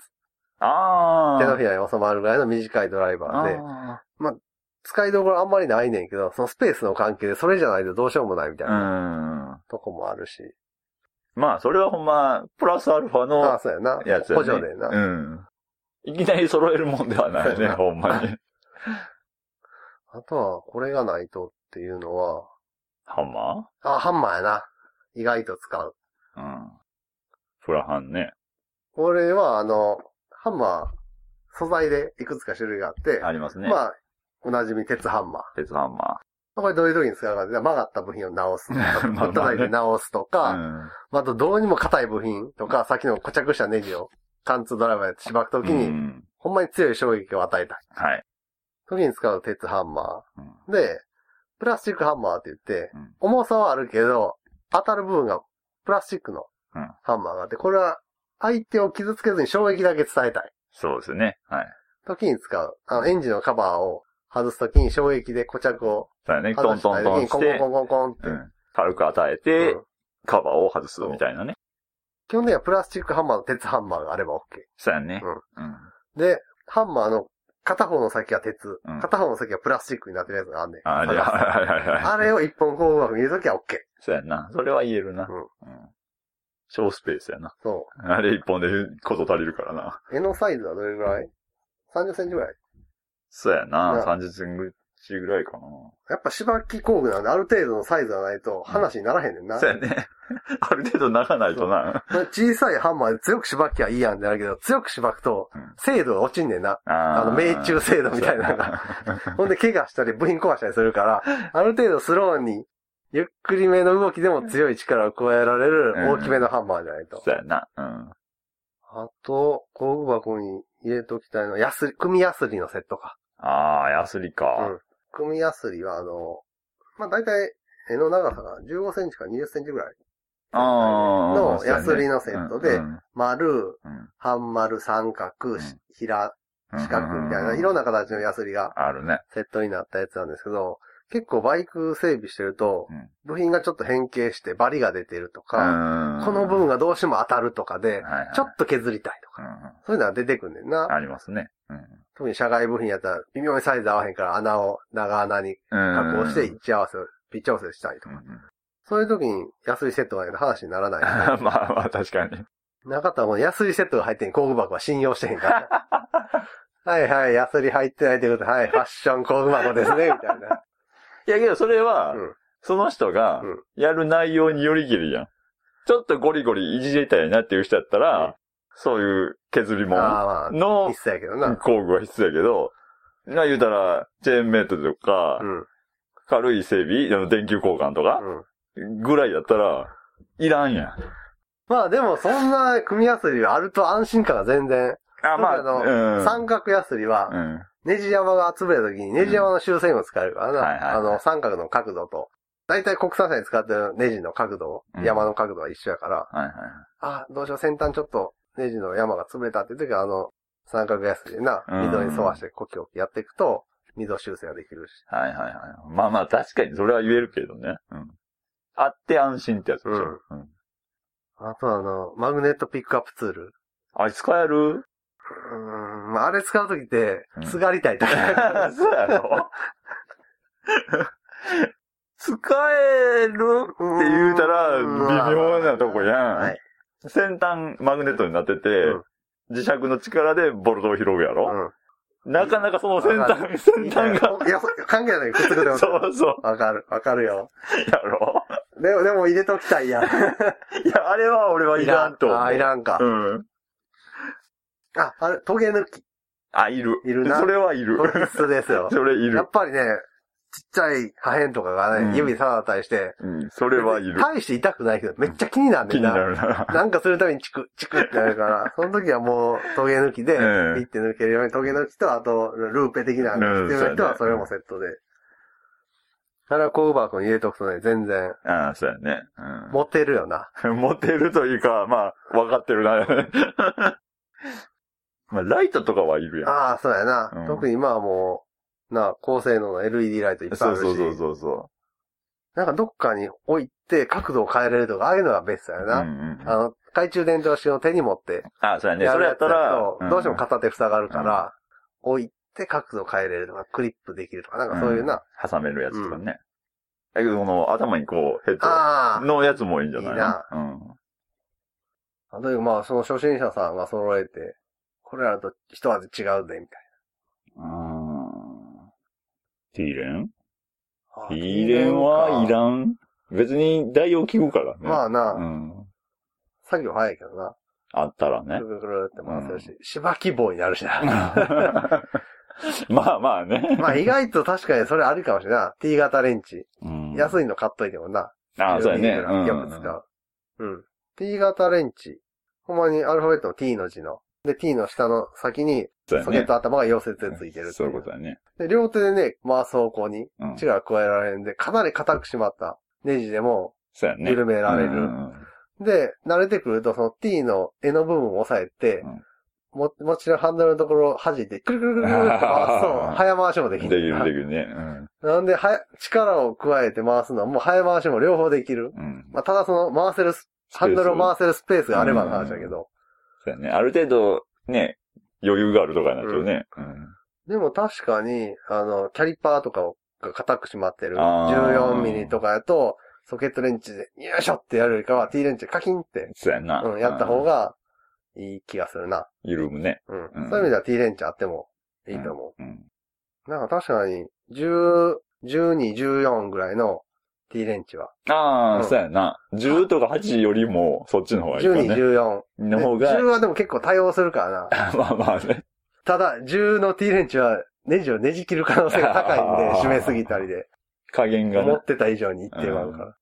Speaker 2: ああ。
Speaker 1: 手のひらに収まるぐらいの短いドライバーで、
Speaker 2: あ
Speaker 1: 使いどころあんまりないねんけど、そのスペースの関係でそれじゃないとどうしようもないみたい
Speaker 2: ー
Speaker 1: な
Speaker 2: うん。
Speaker 1: とこもあるし。
Speaker 2: まあ、それはほんま、プラスアルファ
Speaker 1: ああ、
Speaker 2: の
Speaker 1: そうやな。
Speaker 2: やつや
Speaker 1: 補
Speaker 2: ね。
Speaker 1: 助でな。
Speaker 2: うん。いきなり揃えるもんではないよ
Speaker 1: そう
Speaker 2: ね、
Speaker 1: やな
Speaker 2: ほんまに。
Speaker 1: あとは、これがないとっていうのは、
Speaker 2: ハンマ
Speaker 1: あ、ハンマーやな。意外と使う。
Speaker 2: ーうん。プラハンね。
Speaker 1: 俺は、あの、ハンマー、素材でいくつか種類があって、
Speaker 2: ありますね。
Speaker 1: まあ、おなじみ鉄ハンマー。
Speaker 2: 鉄ハンマ
Speaker 1: これどういう時に使うかって曲がった部品を直すとか、
Speaker 2: まあまあね
Speaker 1: 叩いて直すとか、
Speaker 2: ー。
Speaker 1: まあ、あとどうにも硬い部品とか、さっきの固着したネジを貫通ドライバーでしばくとき
Speaker 2: うん。
Speaker 1: に、
Speaker 2: うん
Speaker 1: ほんまに強い衝撃を与えたい。
Speaker 2: はい。
Speaker 1: 時に使う鉄ハンマー。で、プラスチックハンマーって言って
Speaker 2: うん、
Speaker 1: 重さはあるけど、当たる部分がプラスチックの
Speaker 2: うん
Speaker 1: ハンマーがあって、これは相手を傷つけずに衝撃だけ伝えたい。
Speaker 2: そうですね。はい。
Speaker 1: 時に使う。あの、エンジンのカバーを外すときに衝撃で固着を
Speaker 2: だよね、ト
Speaker 1: 外
Speaker 2: ン
Speaker 1: した
Speaker 2: トント
Speaker 1: 時
Speaker 2: ン
Speaker 1: にコ
Speaker 2: し
Speaker 1: ンコン
Speaker 2: て
Speaker 1: コ、ンコンコンって。
Speaker 2: うん。軽く与えて、
Speaker 1: うん
Speaker 2: カバーを外すみたいなね。
Speaker 1: 基本的にはプラスチックハンマーの鉄ハンマーがあれば OK。
Speaker 2: そうやね。うん。
Speaker 1: で、ハンマーの片方の先が鉄、
Speaker 2: うん
Speaker 1: 片方の先がプラスチックになってるやつがあんねん。
Speaker 2: あれ、
Speaker 1: 探す
Speaker 2: はいはいはいはい。
Speaker 1: あれを一本こううまく見るときは OK。
Speaker 2: そうやんな。それは言えるな。
Speaker 1: う
Speaker 2: うんん。小スペースやな。
Speaker 1: そ
Speaker 2: あれ一本でこと足りるからな。
Speaker 1: う。柄のサイズはどれぐらい ?30 センチぐらい。
Speaker 2: そうや
Speaker 1: う
Speaker 2: な。
Speaker 1: ん
Speaker 2: 30センチぐらいかな。
Speaker 1: やっぱ芝木工具なんである程度のサイズがないと話にならへんねんな。
Speaker 2: そうやね。 ある程度ならないとな。
Speaker 1: 小さいハンマーで強く芝きゃいいやんってなるけど、強く芝くと
Speaker 2: うん、
Speaker 1: 精度が落ちんねんな。
Speaker 2: あ
Speaker 1: あの、命中精度みたいなのが。 ほんで、怪我したり部品壊したりするから、ある程度スローに、ゆっくりめの動きでも強い力を加えられる
Speaker 2: うん
Speaker 1: 大きめのハンマーじゃないと。
Speaker 2: そうやな。うん。
Speaker 1: あと、工具箱に入れときたいのは、ヤスリ、組ヤスリのセットか。
Speaker 2: ああ、ヤスリか。
Speaker 1: うん組ヤスリは、あの、まあ、大体、柄の長さが15センチか20センチぐらい。
Speaker 2: ああ。
Speaker 1: の
Speaker 2: そうやね
Speaker 1: ヤスリのセットで
Speaker 2: うん
Speaker 1: 丸、
Speaker 2: うん
Speaker 1: 半丸、三角、し
Speaker 2: うん
Speaker 1: 平、
Speaker 2: うん
Speaker 1: 四角みたい
Speaker 2: うんうんう
Speaker 1: な、
Speaker 2: ん
Speaker 1: いろんな形のヤスリが
Speaker 2: あるね。
Speaker 1: セットになったやつなんですけど、結構バイク整備してると
Speaker 2: うん、
Speaker 1: 部品がちょっと変形してバリが出てると
Speaker 2: こ
Speaker 1: か、この部分
Speaker 2: が、
Speaker 1: がどうしても当たるとかで、
Speaker 2: はいはい
Speaker 1: ちょっと削りたいと
Speaker 2: う
Speaker 1: か、
Speaker 2: んうん
Speaker 1: そういうのが出てくんねんな。
Speaker 2: ありますね。うん
Speaker 1: 特に社外部品やったら微妙にサイズ合わへんから穴を長穴に加工して位置合わせ、ピッチ合わせしたりと
Speaker 2: うん
Speaker 1: か。
Speaker 2: うん
Speaker 1: そういう時にヤスリセットがないと話にならないよね。
Speaker 2: まあまあ、確かに。
Speaker 1: なかったらもうヤスリセットが入ってん工具箱は信用してへん から。はいはい、ヤスリ入ってないということで、はい、ファッション工具箱ですね、 みたいな。
Speaker 2: いやけど、それは、
Speaker 1: うん
Speaker 2: その人が
Speaker 1: うん、
Speaker 2: やる内容によりきりやん。ちょっとゴリゴリいじりたいなっていう人やったら、
Speaker 1: うん
Speaker 2: そういう削り物
Speaker 1: ああまあ、
Speaker 2: の
Speaker 1: 必須やけどな。
Speaker 2: 工具は必要やけど、な、言うたら、チェーンメイトとか、
Speaker 1: うん。うん。
Speaker 2: 軽い整備、あの電球交換とか、ぐらいやったら、いらんやん。
Speaker 1: まあでもそんな組みやすりはあると安心感が全然。
Speaker 2: あ、まあ、
Speaker 1: あの
Speaker 2: うん。
Speaker 1: 三角やすりは、
Speaker 2: うん。
Speaker 1: ネジ山が集めた時にネジ山の修正にも使えるから
Speaker 2: うんはいはい
Speaker 1: な。あの、三角の角度と。大体国産車に使ってるネジの角度、
Speaker 2: うん
Speaker 1: 山の角度は一緒やから、
Speaker 2: はいはい。
Speaker 1: あ、どうしよう、先端ちょっとネジの山が潰れたっていう時は、あの、三角やすりでな、
Speaker 2: うん
Speaker 1: 溝に沿わしてコキコキやっていくと、溝修正ができるし。
Speaker 2: はいはいはい。まあまあ、確かにそれは言えるけどね。うん。あって安心ってやつでしょ。うん
Speaker 1: あとあの、マグネットピックアップツール。
Speaker 2: あれ使える
Speaker 1: うーん、まああれ使う時って、すがりたい時。
Speaker 2: そうやろ使える
Speaker 1: って
Speaker 2: って言うたら、微妙なとこやん。
Speaker 1: はい
Speaker 2: 先端マグネットになってて、
Speaker 1: うん
Speaker 2: 磁石の力でボルトを拾うやろ、なかなかその先
Speaker 1: わか
Speaker 2: 端、先端が。
Speaker 1: いや、関係ない。くっつくでも。
Speaker 2: そうそう、
Speaker 1: わかる、わかるよ。
Speaker 2: やろ
Speaker 1: でも、でも入れときたいやん。
Speaker 2: いや、あれは俺 はいらんと思う。
Speaker 1: あ、いらんか。
Speaker 2: うん。
Speaker 1: あ、あれ、トゲ抜き。
Speaker 2: あ、いる。
Speaker 1: いるな
Speaker 2: それはいる
Speaker 1: こ。れ必須です よ。
Speaker 2: それい
Speaker 1: や
Speaker 2: る
Speaker 1: っ。ぱりね、ちっちゃい破片とかが
Speaker 2: うん
Speaker 1: ね、指さだったりして、
Speaker 2: うん、それはいる。
Speaker 1: 大して痛くないけど、めっちゃ気になるん
Speaker 2: 気
Speaker 1: ねん
Speaker 2: にな
Speaker 1: な。
Speaker 2: るな。
Speaker 1: なんかするたびにチク、チクってなるから、その時はもう、トゲ抜きで、ピ
Speaker 2: うん
Speaker 1: ッて抜けるように、トゲ抜きと、あと、ルーペ的なのが必要な人は、それもセットで。あれは工具箱に入れとくとね、全然、
Speaker 2: ああ、そうやね。うん。
Speaker 1: モテるよな。
Speaker 2: モテるというか、まあ、わかってるな。 まあ、ライトとかはいるやん。
Speaker 1: ああ、そうやな。
Speaker 2: うん
Speaker 1: 特に今はもう、なあ、高性能の LED ライトいっぱい
Speaker 2: そ
Speaker 1: あ
Speaker 2: う
Speaker 1: るし。
Speaker 2: そうそうそうそ
Speaker 1: なんかどっかに置いて角度を変えれるとか、ああいうのがベストや
Speaker 2: う。
Speaker 1: な。
Speaker 2: うんうん
Speaker 1: あの、懐中電灯式の手に持って
Speaker 2: ああ、そうやね。
Speaker 1: や
Speaker 2: そ
Speaker 1: る
Speaker 2: れ
Speaker 1: や
Speaker 2: や
Speaker 1: つ
Speaker 2: っ
Speaker 1: だ
Speaker 2: たら
Speaker 1: と、、どうしても
Speaker 2: か
Speaker 1: 片手塞がるから、置いて角度を変えれるとか、クリップできるとか、なんかそういうな。。
Speaker 2: うん挟めるやつとかね。だけど、この頭にこう、ヘッ
Speaker 1: あ
Speaker 2: ドのやつもいいんじゃない
Speaker 1: いいな
Speaker 2: うん。
Speaker 1: あ。例えばまあ、その初心者さんが揃えて、これらと一味違うで、みたい
Speaker 2: あーティーレン
Speaker 1: な。
Speaker 2: ティーレンはい
Speaker 1: ん。
Speaker 2: らん。別に代用聞くからね。
Speaker 1: まあな、
Speaker 2: うん。
Speaker 1: 作業早いけどな。
Speaker 2: あったら
Speaker 1: く
Speaker 2: ね
Speaker 1: る。くるくるって回せるし、しばき棒になるしな。
Speaker 2: まあまあね。
Speaker 1: まあ意外と確かにそれあるかもしれない。T 型レンチ。
Speaker 2: うん
Speaker 1: 安いの買っといてもな。
Speaker 2: ああ、そうやね。うん
Speaker 1: よく使う。うん。T 型レンチ。ほんまにアルファベットの T の字の。で、T の下の先に、
Speaker 2: そうや
Speaker 1: ソケ
Speaker 2: ね
Speaker 1: ット頭が溶接でついてるって
Speaker 2: そういうことだね。
Speaker 1: で、両手でね、回す方向に
Speaker 2: うん。
Speaker 1: 力が加えられるんで、かなり硬く締まったネジでも
Speaker 2: そうやね。
Speaker 1: 緩められる。
Speaker 2: うん
Speaker 1: で、慣れてくると、その T の柄の部分を押さえて、
Speaker 2: うん
Speaker 1: も、もちろんハンドルのところを弾いて、くるくるくるくるって回すと、早回しもでき
Speaker 2: でき
Speaker 1: る。
Speaker 2: る、できるね。
Speaker 1: なんで、はや、力を加えて回すのはもう早回しも両方できる。
Speaker 2: うん。うん。
Speaker 1: まあ、ただその回せるス、ハンドルを回せるスペースがあればの話だけど。
Speaker 2: そうやね。ある程度、ね、余裕があるとかになるとね。うん。
Speaker 1: でも確かに、あの、キャリパーとかを、が硬く締まってる。
Speaker 2: あー
Speaker 1: 14ミリとかやと、ソケットレンチで、よいしょってやるよりかは、T レンチでカキンって、
Speaker 2: そうやな。
Speaker 1: うん、やった方。がいい気がするな。
Speaker 2: 緩むね。
Speaker 1: うん。
Speaker 2: うん
Speaker 1: そういう意味では T レンチあってもいいと思
Speaker 2: うん。
Speaker 1: う。なんか確かに、 10、12、14ぐらいの T レンチは。
Speaker 2: ああ、
Speaker 1: うん
Speaker 2: そうやな。10とか8よりも、そっちの方がいいか
Speaker 1: 12、
Speaker 2: ね。
Speaker 1: 14。
Speaker 2: の方が
Speaker 1: 10、はでも結構対応するからな。
Speaker 2: まあまあね。
Speaker 1: ただ、10の T レンチはネジをねじ切る可能性が高いん
Speaker 2: あ
Speaker 1: で、
Speaker 2: ー
Speaker 1: 締めすぎたりで。
Speaker 2: 加減が
Speaker 1: 思
Speaker 2: な
Speaker 1: っ。てた以上にいってまうか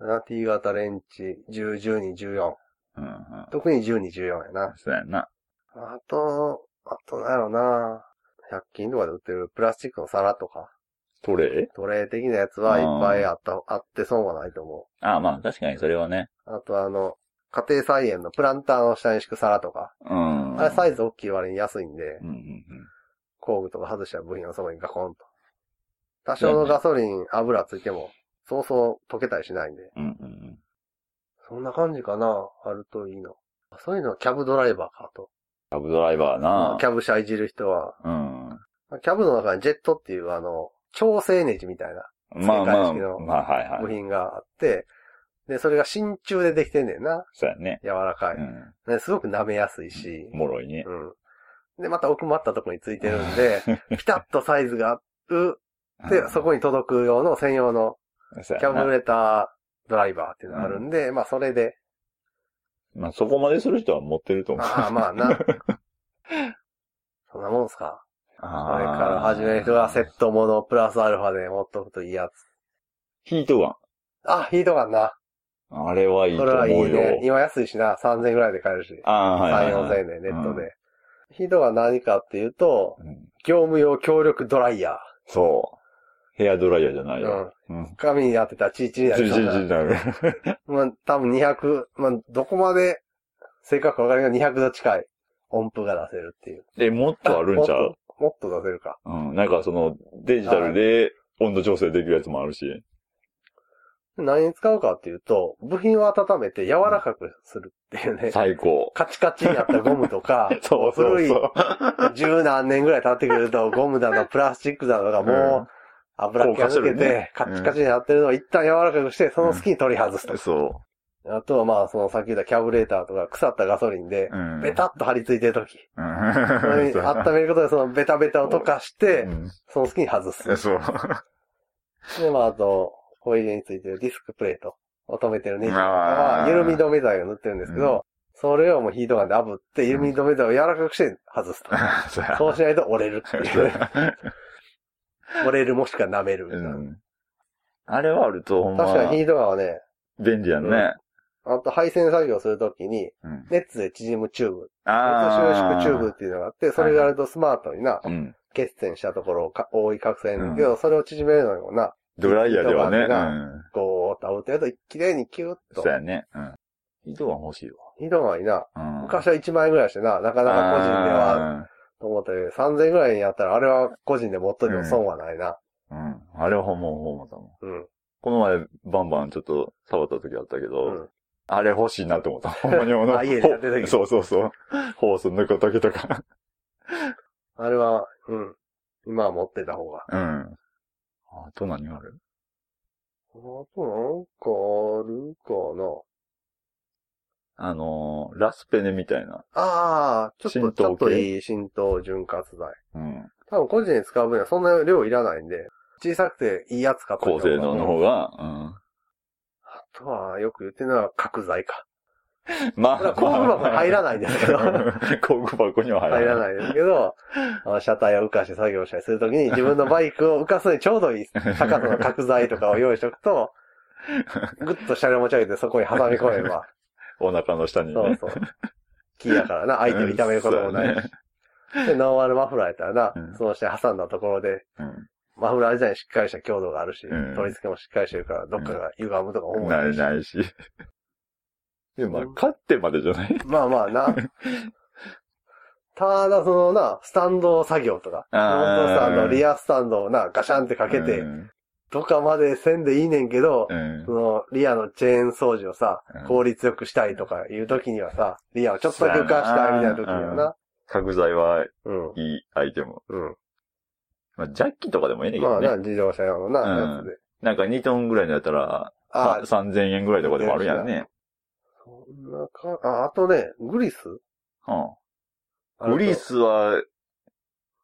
Speaker 1: ら。な、T 型レンチ、10、12、14。
Speaker 2: うんうん。
Speaker 1: 特に12、14やな。
Speaker 2: そうやな。
Speaker 1: あと、あとなんやろな。100均とかで売ってるプラスチックの皿とか、
Speaker 2: トレイ
Speaker 1: トレー的なやつはいっぱいあった、あって損はないと思
Speaker 2: ああ、まあ確かにそれはね。
Speaker 1: う。あとあの、家庭菜園のプランターの下に敷く皿とか。
Speaker 2: うん。
Speaker 1: あれサイズ大きい割に安いんで
Speaker 2: う、んうんうん。
Speaker 1: 工具とか外した部品のそばにガコンと。多少のガソリン、油ついても、そうそう溶けたりしないんで。
Speaker 2: うんうんうん。
Speaker 1: そんな感じかな、あるといいの。そういうのはキャブドライバーかと。
Speaker 2: キャブドライバーな。
Speaker 1: キャブ車いじる人は。
Speaker 2: うん。
Speaker 1: キャブの中にジェットっていうあの、調整ネジみたいな
Speaker 2: まあま
Speaker 1: 世
Speaker 2: あ、
Speaker 1: 界式の
Speaker 2: まあはい
Speaker 1: 部
Speaker 2: はい。
Speaker 1: 品があって、で、それが真鍮でできてんねんな。
Speaker 2: そうやね。
Speaker 1: 柔らか
Speaker 2: う
Speaker 1: い。
Speaker 2: ん。
Speaker 1: ねすごく舐めやすいし
Speaker 2: お。もろいね。
Speaker 1: うん。で、また奥まったとこについてるん で、ピタッとサイズが合う。で、そこに届く用の専用の
Speaker 2: そ
Speaker 1: キャ
Speaker 2: や
Speaker 1: ブ
Speaker 2: な。
Speaker 1: レタードライバーっていうのがあるんで、まあそれで、
Speaker 2: まあそこまでする人は持ってると思う。
Speaker 1: まあ まあな。 そんなもんすか。これから始める人がセ
Speaker 2: セ
Speaker 1: ットものプラスアルファで持っとくといいやつ。
Speaker 2: ヒートガ
Speaker 1: あ、ヒートガンな。
Speaker 2: ン。あれはいいと
Speaker 1: こ
Speaker 2: 思
Speaker 1: れは
Speaker 2: う
Speaker 1: いい
Speaker 2: よ。
Speaker 1: ね。今安いしな。3000円ぐらいで買えるし。
Speaker 2: ああ、はいはい
Speaker 1: 3、
Speaker 2: はい。
Speaker 1: 4000円でネットで。ヒートガン何かっていうと、
Speaker 2: うん
Speaker 1: 業務用強力ドライヤ
Speaker 2: そう。ヘアドライヤーじゃな
Speaker 1: ー。
Speaker 2: いよ。
Speaker 1: うん。
Speaker 2: うん。
Speaker 1: 髪に当てたらチリチリにな
Speaker 2: チ
Speaker 1: り
Speaker 2: リ
Speaker 1: そ
Speaker 2: チ
Speaker 1: う
Speaker 2: リチリ
Speaker 1: な。
Speaker 2: になる。
Speaker 1: まあ、多分200、まあ、どこまで正確かわかるけど200度近い音符が出せるっていう。
Speaker 2: え、もっとあるんちゃう
Speaker 1: もっともっと出せるか。
Speaker 2: うん。なんかその、デジタルで温度調整できるやつもあるし。
Speaker 1: 何に使うかっていうと、部品を温めて柔らかくするっていうね。
Speaker 2: 最高。、
Speaker 1: カチカチになったゴムとか
Speaker 2: そうそう
Speaker 1: 古い
Speaker 2: そう。
Speaker 1: 十何年ぐらい経ってくると、ゴムだの、プラスチックだのが
Speaker 2: う
Speaker 1: もう、油っ気が抜け
Speaker 2: 硬化するね
Speaker 1: て、カッチカチになってるのを一旦柔らかくして、その隙に取り外すと。
Speaker 2: そ
Speaker 1: あとはまあ、そのさっき言ったキャブレーターとか腐ったガソリンで
Speaker 2: う。、うん。
Speaker 1: ベタっと張り付いてるとき、それ
Speaker 2: うん。
Speaker 1: に温めることでそのベタベタを溶かして、その隙に外す
Speaker 2: うん。。そう。
Speaker 1: で、まあ、あと、ホイールについてるディスクプレートを止めてるネジとか
Speaker 2: あ
Speaker 1: は、
Speaker 2: ー
Speaker 1: 緩み止め剤を塗ってるんですけ
Speaker 2: うん
Speaker 1: ど、それをもうヒートガンで炙って、緩み止め剤を柔らかくして外すと。
Speaker 2: そうや。
Speaker 1: そうしないと折れるってい
Speaker 2: そう
Speaker 1: う。
Speaker 2: や
Speaker 1: 折れるもしくは舐めるみ
Speaker 2: う
Speaker 1: たいな。
Speaker 2: ん。あれはあると、ほんま
Speaker 1: 確、かにヒートガンはね、
Speaker 2: 便利やね。
Speaker 1: あと配線作業するときに、
Speaker 2: うん。
Speaker 1: 熱で縮むチューブ、熱収
Speaker 2: あ
Speaker 1: 縮チューブっていうのがあって、それがあるとスマートにな、
Speaker 2: ー。うん。
Speaker 1: 血栓したところをか覆い隠せるんだけど、それを縮めるのもな、
Speaker 2: ドライヤーではね。
Speaker 1: ヒー
Speaker 2: う
Speaker 1: トガン
Speaker 2: ん。
Speaker 1: こう、って炙ってやると、綺麗にキュッと
Speaker 2: そう。やね。うん。ヒートガン欲しいわ。
Speaker 1: ヒートガンはいいな、
Speaker 2: うん。
Speaker 1: 昔は1万円ぐらいしてな、なかなか個人では、と思ったけど、3000円ぐらいにやったら、あれは個人で持っといても損はないな。
Speaker 2: あー。うん。あれはほんま思ったもん。
Speaker 1: うん。
Speaker 2: この前、バンバンちょっと触った時あったけど、
Speaker 1: うん
Speaker 2: あれ欲しいなと思った。ほんまにあ の、
Speaker 1: あ家でやってた時
Speaker 2: ほそうそうそう。ホース抜く時とか。
Speaker 1: あれは、うん。今は持ってた方が。
Speaker 2: うん。あと何ある
Speaker 1: あとなんかあるかな。
Speaker 2: あのーラスペネみたいな。
Speaker 1: ああ、ちょっと、
Speaker 2: 浸透
Speaker 1: ち
Speaker 2: 系
Speaker 1: ょっといい浸透潤滑剤。
Speaker 2: うん。
Speaker 1: 多分個人で使う分にはそんな量いらないんで、小さくていいやつ買っとい
Speaker 2: 高
Speaker 1: た方
Speaker 2: 性
Speaker 1: が
Speaker 2: 能の方が。うん。
Speaker 1: あとは、よく言ってるのは角材か。
Speaker 2: ま
Speaker 1: これは工具箱に入ら
Speaker 2: い。
Speaker 1: ないんですけ ど、入
Speaker 2: 工具箱には入らな
Speaker 1: らな
Speaker 2: い。
Speaker 1: いですけど、あの車体を浮かして作業したりするときに自分のバイクを浮かすのにちょうどいい高さの角材とかを用意しておく と、ぐっと車両持ち上げてそこに挟み込めば、
Speaker 2: お腹の下にね。
Speaker 1: そうそう。木やからな、相手を痛めることもないし。で、ノンワルマフラーやったらな、
Speaker 2: うん
Speaker 1: その下挟んだところで、
Speaker 2: そうやね
Speaker 1: マフラー自体にしっかりした強度があるし、
Speaker 2: うん
Speaker 1: 取り付けもしっかりしてるから、どっかが歪むとか
Speaker 2: うん。
Speaker 1: 思わ
Speaker 2: な
Speaker 1: ない
Speaker 2: い
Speaker 1: し。
Speaker 2: ないし。でも、まあ、勝ってまでじゃない
Speaker 1: まあまあな。ただそのな、スタンド作業とか、フ
Speaker 2: あー
Speaker 1: ロントスタンド、リアスタンドをな、ガシャンってかけて、
Speaker 2: うん。
Speaker 1: とかまでせんでいいねんけど、
Speaker 2: うん
Speaker 1: その、リアのチェーン掃除をさ
Speaker 2: うん、
Speaker 1: 効率よくしたいとかいう時にはさ、リアをちょっとだけ浮かしたいみたいな時にはな。
Speaker 2: 角材は
Speaker 1: うん。
Speaker 2: いいアイテム。
Speaker 1: うん。
Speaker 2: まあ、ジャッキとかでもいいねんけ
Speaker 1: ま
Speaker 2: ど
Speaker 1: あ
Speaker 2: ね。
Speaker 1: な、自動車用のな、
Speaker 2: うん
Speaker 1: やつで。
Speaker 2: なんか2トンぐらいのやったら、
Speaker 1: あ
Speaker 2: さ、3000円ぐらいとかでもあるやんね。
Speaker 1: そんなか、あ、あとね、グリス
Speaker 2: うん。グリスは、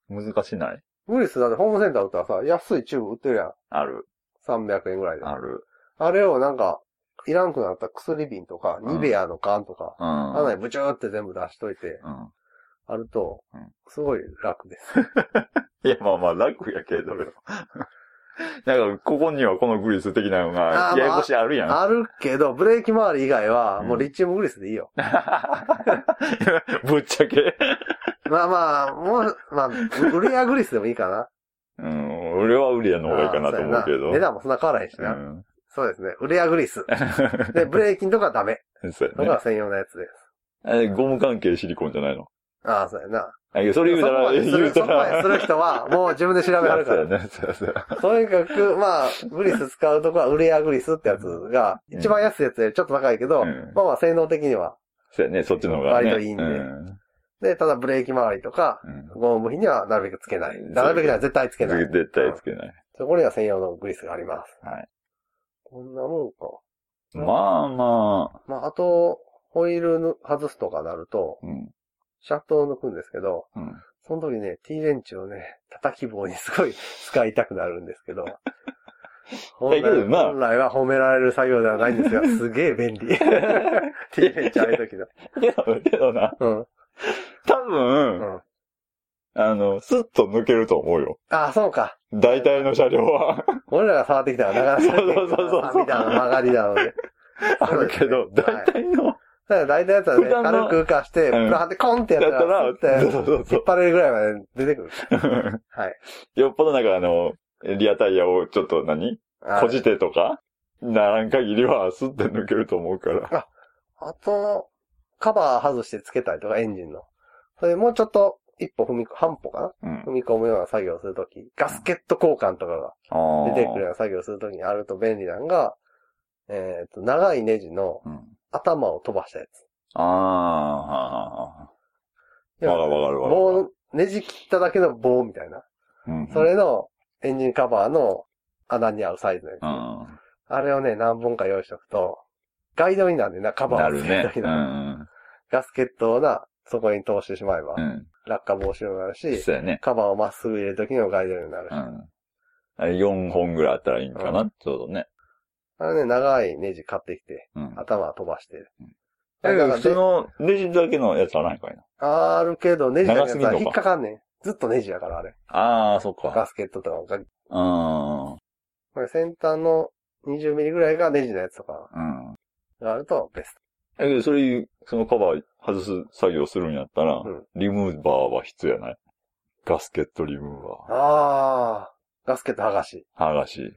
Speaker 2: 難しない
Speaker 1: ウグリスだってホームセンター売ったらさ、安いチューブ売ってるやん。
Speaker 2: ある、
Speaker 1: 300円ぐらいで。
Speaker 2: ある。
Speaker 1: あれをなんか、いらんくなった薬瓶とか、
Speaker 2: うん
Speaker 1: ニベアの缶とか、
Speaker 2: う
Speaker 1: あん、
Speaker 2: ん。
Speaker 1: 穴にブチューって全部出しといて、
Speaker 2: うん。
Speaker 1: あると
Speaker 2: うん、
Speaker 1: すごい楽です。
Speaker 2: いや、まあまあ、楽やけど。なんか、ここにはこのグリス的なのが
Speaker 1: あ、ー
Speaker 2: ややこしいあるやん。
Speaker 1: あるけど、ブレーキ周り以外は、もうリチウムウグリスでいいよ。
Speaker 2: ぶっちゃけ。
Speaker 1: まあまあ、もう、まあ、ウレアグリスでもいいかな。
Speaker 2: うん、俺はウリアの方がいいかなと思うけ
Speaker 1: ああそうやな
Speaker 2: ど。
Speaker 1: 値段もそんな変わらへんし
Speaker 2: う
Speaker 1: な。
Speaker 2: ん。
Speaker 1: そうですね。ウレアグリス。 で、ブレーキンとかはダメ。
Speaker 2: そ
Speaker 1: と
Speaker 2: うや
Speaker 1: か
Speaker 2: ね
Speaker 1: は専用のやつです。
Speaker 2: あれ。ゴム関係シリコンじゃないの。
Speaker 1: ああ、そうやな。
Speaker 2: あそれ言う
Speaker 1: そ
Speaker 2: た
Speaker 1: こま
Speaker 2: ら、
Speaker 1: で
Speaker 2: 言
Speaker 1: する
Speaker 2: う
Speaker 1: そ
Speaker 2: た
Speaker 1: こまで
Speaker 2: ら。
Speaker 1: する人は、もう自分で調べはるか
Speaker 2: そう
Speaker 1: ら
Speaker 2: や。ね、そうやそうや。
Speaker 1: とにかく、まあ、グリス使うとこは、ウレアグリスってやつが、
Speaker 2: うん
Speaker 1: 一番安いやつよりちょっと高いけど、
Speaker 2: うん
Speaker 1: まあまあ、性能的には。
Speaker 2: そうやね、そっちの方がね。
Speaker 1: 割といいんで
Speaker 2: うん
Speaker 1: で、ただブレーキ周りとか、
Speaker 2: うん
Speaker 1: ゴム部品にはなるべくつけない。
Speaker 2: うん
Speaker 1: なるべくじゃない絶対つけない。
Speaker 2: 絶対つけない。
Speaker 1: そこには専用のグリスがあります。
Speaker 2: はい。
Speaker 1: こんなもんか。
Speaker 2: まあまあ、
Speaker 1: まあ、あと、ホイールの外すとかなると、
Speaker 2: うん。
Speaker 1: シャフトを抜くんですけど、
Speaker 2: うん
Speaker 1: その時ね、T レンチをね、叩き棒にすごい 使いたくなるんですけど、本来
Speaker 2: だけどまあ
Speaker 1: 本来は褒められる作業ではないんですが、 すげえ便利。T レンチああいう時の。
Speaker 2: けど、けどな、
Speaker 1: うん。
Speaker 2: 多
Speaker 1: う
Speaker 2: 分、
Speaker 1: ん。
Speaker 2: あの、スッと抜けると思うよ。
Speaker 1: ああ、そうか。
Speaker 2: 大体の車両は。
Speaker 1: 俺らが触ってきたら、なかなか。
Speaker 2: そうそうそうそう
Speaker 1: あみたいな曲がりなので。
Speaker 2: あるけど、
Speaker 1: そうですね
Speaker 2: 大体の、
Speaker 1: だから大体のやつはね、
Speaker 2: 普段の
Speaker 1: 軽く浮かして、
Speaker 2: ん
Speaker 1: プランってコンってや
Speaker 2: だ
Speaker 1: っ
Speaker 2: ったた
Speaker 1: ら、
Speaker 2: ら、そう
Speaker 1: って
Speaker 2: そうそうそ
Speaker 1: 引っ張れるぐらいまで出てくる。
Speaker 2: う。
Speaker 1: はい。
Speaker 2: よっぽどなんかあの、リアタイヤをちょっと何
Speaker 1: あ
Speaker 2: こじてとかならん限りは、スッて抜けると思うから。
Speaker 1: あと、カバー外してつけたりとか、エンジンの。それもうちょっと、一歩踏み、半歩かな
Speaker 2: うん
Speaker 1: 踏。み込むような作業をするとき、ガスケット交換とか
Speaker 2: あ
Speaker 1: が
Speaker 2: ー
Speaker 1: 出てくるような作業をするときにあると便利なのが、えっと、長いネジの
Speaker 2: うん
Speaker 1: 頭を飛ばしたやつ。
Speaker 2: あー。わかるわかるわかる
Speaker 1: 棒、ネジ切っただけの棒みたいな。
Speaker 2: うん。
Speaker 1: それのエンジンカバーの穴に合うサイズのやつ。
Speaker 2: うん。
Speaker 1: あれをね、何本か用意しとくと、ガイドになるねんな、カバー
Speaker 2: な
Speaker 1: を
Speaker 2: る
Speaker 1: つけた
Speaker 2: ね。
Speaker 1: 時
Speaker 2: う
Speaker 1: の
Speaker 2: ん。
Speaker 1: ガスケットをな、そこに通してしまえば、
Speaker 2: うん。
Speaker 1: 落下防止にもなるし、
Speaker 2: そうやね。
Speaker 1: カバーをまっすぐ入れるときにもガイドになるし。
Speaker 2: うん。あれ4本ぐらいあったらいいんかな、
Speaker 1: う
Speaker 2: ちょうどね。
Speaker 1: あれね、長いネジ買ってきて、
Speaker 2: うん。
Speaker 1: 頭飛ばしてる。
Speaker 2: だけど
Speaker 1: なんか
Speaker 2: 普通
Speaker 1: ね
Speaker 2: のネジだけのやつはないかいな。
Speaker 1: あるけど、ネジだけ
Speaker 2: 長す
Speaker 1: ど
Speaker 2: ぎん
Speaker 1: さ
Speaker 2: のか
Speaker 1: 引っかかんねん。ずっとネジやから、あれ。
Speaker 2: ああ、そっ
Speaker 1: ガ
Speaker 2: か。
Speaker 1: スケットとかが、
Speaker 2: うん。う
Speaker 1: これ先端の20ミリぐらいがネジのやつとか
Speaker 2: ん。
Speaker 1: があるとベス
Speaker 2: だけどそれ、そのカバー外す作業するんやったら、
Speaker 1: うん
Speaker 2: リムーバーは必要やない。ガスケットリムー
Speaker 1: ト。
Speaker 2: バ
Speaker 1: あー、ガスケット剥がし。
Speaker 2: ー。剥がし。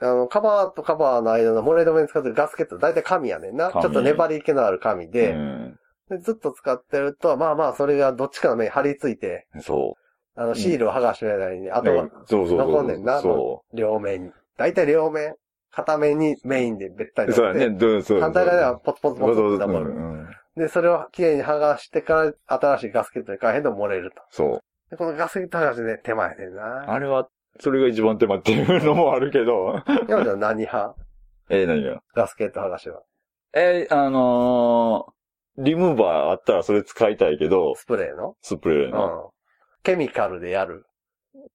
Speaker 1: あの、カバーとカバーの間の漏れ止めに使ってるガスケット、だいたい紙やねんな。ちょ
Speaker 2: 紙
Speaker 1: っと粘り気のある紙で,、
Speaker 2: うん。
Speaker 1: で、ずっと使ってると、まあまあ、それがどっちかの目に張り付いて、
Speaker 2: そ
Speaker 1: あの、シールを剥がしてる間に、あ
Speaker 2: う。
Speaker 1: と
Speaker 2: な
Speaker 1: は
Speaker 2: んかそうそうそう。
Speaker 1: 残んねんな
Speaker 2: そ
Speaker 1: 両面に。だいたい両面、片面にメインでべったり
Speaker 2: う。
Speaker 1: 乗
Speaker 2: そ
Speaker 1: っ
Speaker 2: うや
Speaker 1: て、
Speaker 2: ね。どうそうそう。
Speaker 1: 反対側ではポツポツポツって
Speaker 2: そうそう
Speaker 1: 残
Speaker 2: う
Speaker 1: る。
Speaker 2: ん
Speaker 1: で、それをきれいに剥がしてから、新しいガスケットに変えへんと漏れると。
Speaker 2: そう。
Speaker 1: で、このガスケット剥がしね、手前やねんな。
Speaker 2: あれは、それが一番手間っていうのもあるけど。
Speaker 1: 今では何派
Speaker 2: えー、何が
Speaker 1: ガスケット剥がしは。
Speaker 2: えーあのー、リムーバーあったらそれ使いたいけど、
Speaker 1: スプレーの
Speaker 2: スプレーの。
Speaker 1: うん。ケミカルでやる。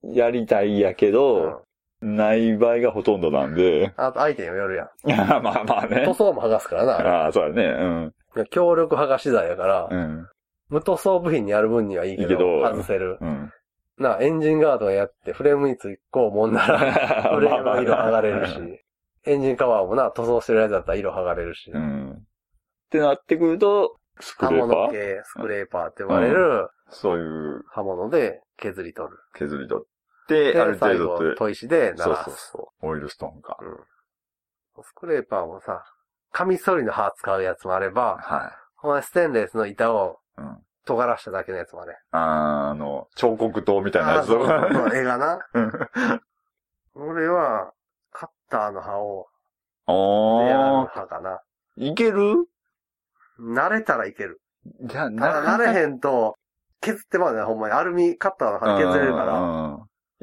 Speaker 2: やりたいやけ
Speaker 1: うん。
Speaker 2: ど、ない場合がほとんどなんで
Speaker 1: あと、相手にもよるやん。
Speaker 2: まあまあ
Speaker 1: 塗
Speaker 2: ね。
Speaker 1: 装も剥がすからな。
Speaker 2: ああ、そうだね。うん。
Speaker 1: 強力剥がし剤やから、
Speaker 2: うん。
Speaker 1: 無塗装部品にやる分にはいいけど、
Speaker 2: いいけど
Speaker 1: 外せる。
Speaker 2: うん。
Speaker 1: なあ、エンジンガードやってフレームに突っ込もんな ら、フレームの色剥がれるし、エンジンカバーもな、塗装してるやつだったら色剥がれるし、
Speaker 2: うん。ってなってくると、スク
Speaker 1: 刃
Speaker 2: レーパ
Speaker 1: 物
Speaker 2: ー
Speaker 1: 系、スクレーパーって呼ばれる
Speaker 2: そういう
Speaker 1: 刃物で削り取る。
Speaker 2: 削り取って、ある
Speaker 1: で、
Speaker 2: 程
Speaker 1: 最
Speaker 2: 度
Speaker 1: 後、
Speaker 2: と、
Speaker 1: 砥石で鳴
Speaker 2: そう
Speaker 1: ら
Speaker 2: そう
Speaker 1: す。
Speaker 2: そう。オイルストーンか。
Speaker 1: うんスクレーパーもさ、カミソリの刃使うやつもあれば、
Speaker 2: はい。
Speaker 1: ほんまにステンレスの板を
Speaker 2: うん
Speaker 1: 尖らしただけのやつもあれ。
Speaker 2: あーあの、彫刻刀みたいなやつ
Speaker 1: そ
Speaker 2: と
Speaker 1: うそう
Speaker 2: か。
Speaker 1: そう絵がな。俺は、カッターの刃を、レア
Speaker 2: お
Speaker 1: の
Speaker 2: ー、
Speaker 1: 刃かな。
Speaker 2: いける
Speaker 1: 慣れたらいける。
Speaker 2: じゃあ、
Speaker 1: ただ慣れへんと、削ってまうね、ほんまに。アルミカッターの刃で削れるから。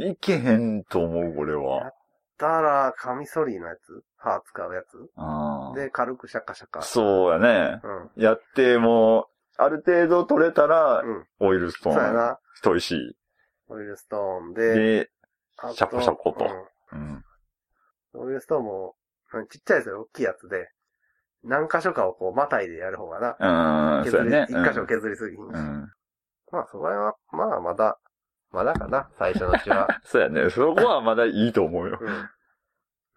Speaker 2: ら。いけへんと思う、これは。
Speaker 1: だから、カミソリのやつ刃使うやつ
Speaker 2: あー
Speaker 1: で、軽くシャカシャカ。
Speaker 2: そうやね。
Speaker 1: うん。
Speaker 2: やって、もう、ある程度取れたら、
Speaker 1: うん。
Speaker 2: オイルスト
Speaker 1: そうや
Speaker 2: ーン、
Speaker 1: な。
Speaker 2: 太いし。
Speaker 1: オイルストーンで、
Speaker 2: で、
Speaker 1: あと
Speaker 2: シャコシャコと
Speaker 1: うん
Speaker 2: うん。
Speaker 1: オイルストーンも、うんちっちゃいやつより大きいやつで、何箇所かをこう、またいでやる方がな、
Speaker 2: うん、そ
Speaker 1: 削
Speaker 2: う
Speaker 1: り、
Speaker 2: やね。
Speaker 1: 一、箇所削りすぎひんし、
Speaker 2: うん。うん。
Speaker 1: まあ、そこら辺は、まあ、まだ、まだかな、最初のうちは。
Speaker 2: そうやね。そこはまだいいと 思 うよ。
Speaker 1: うん。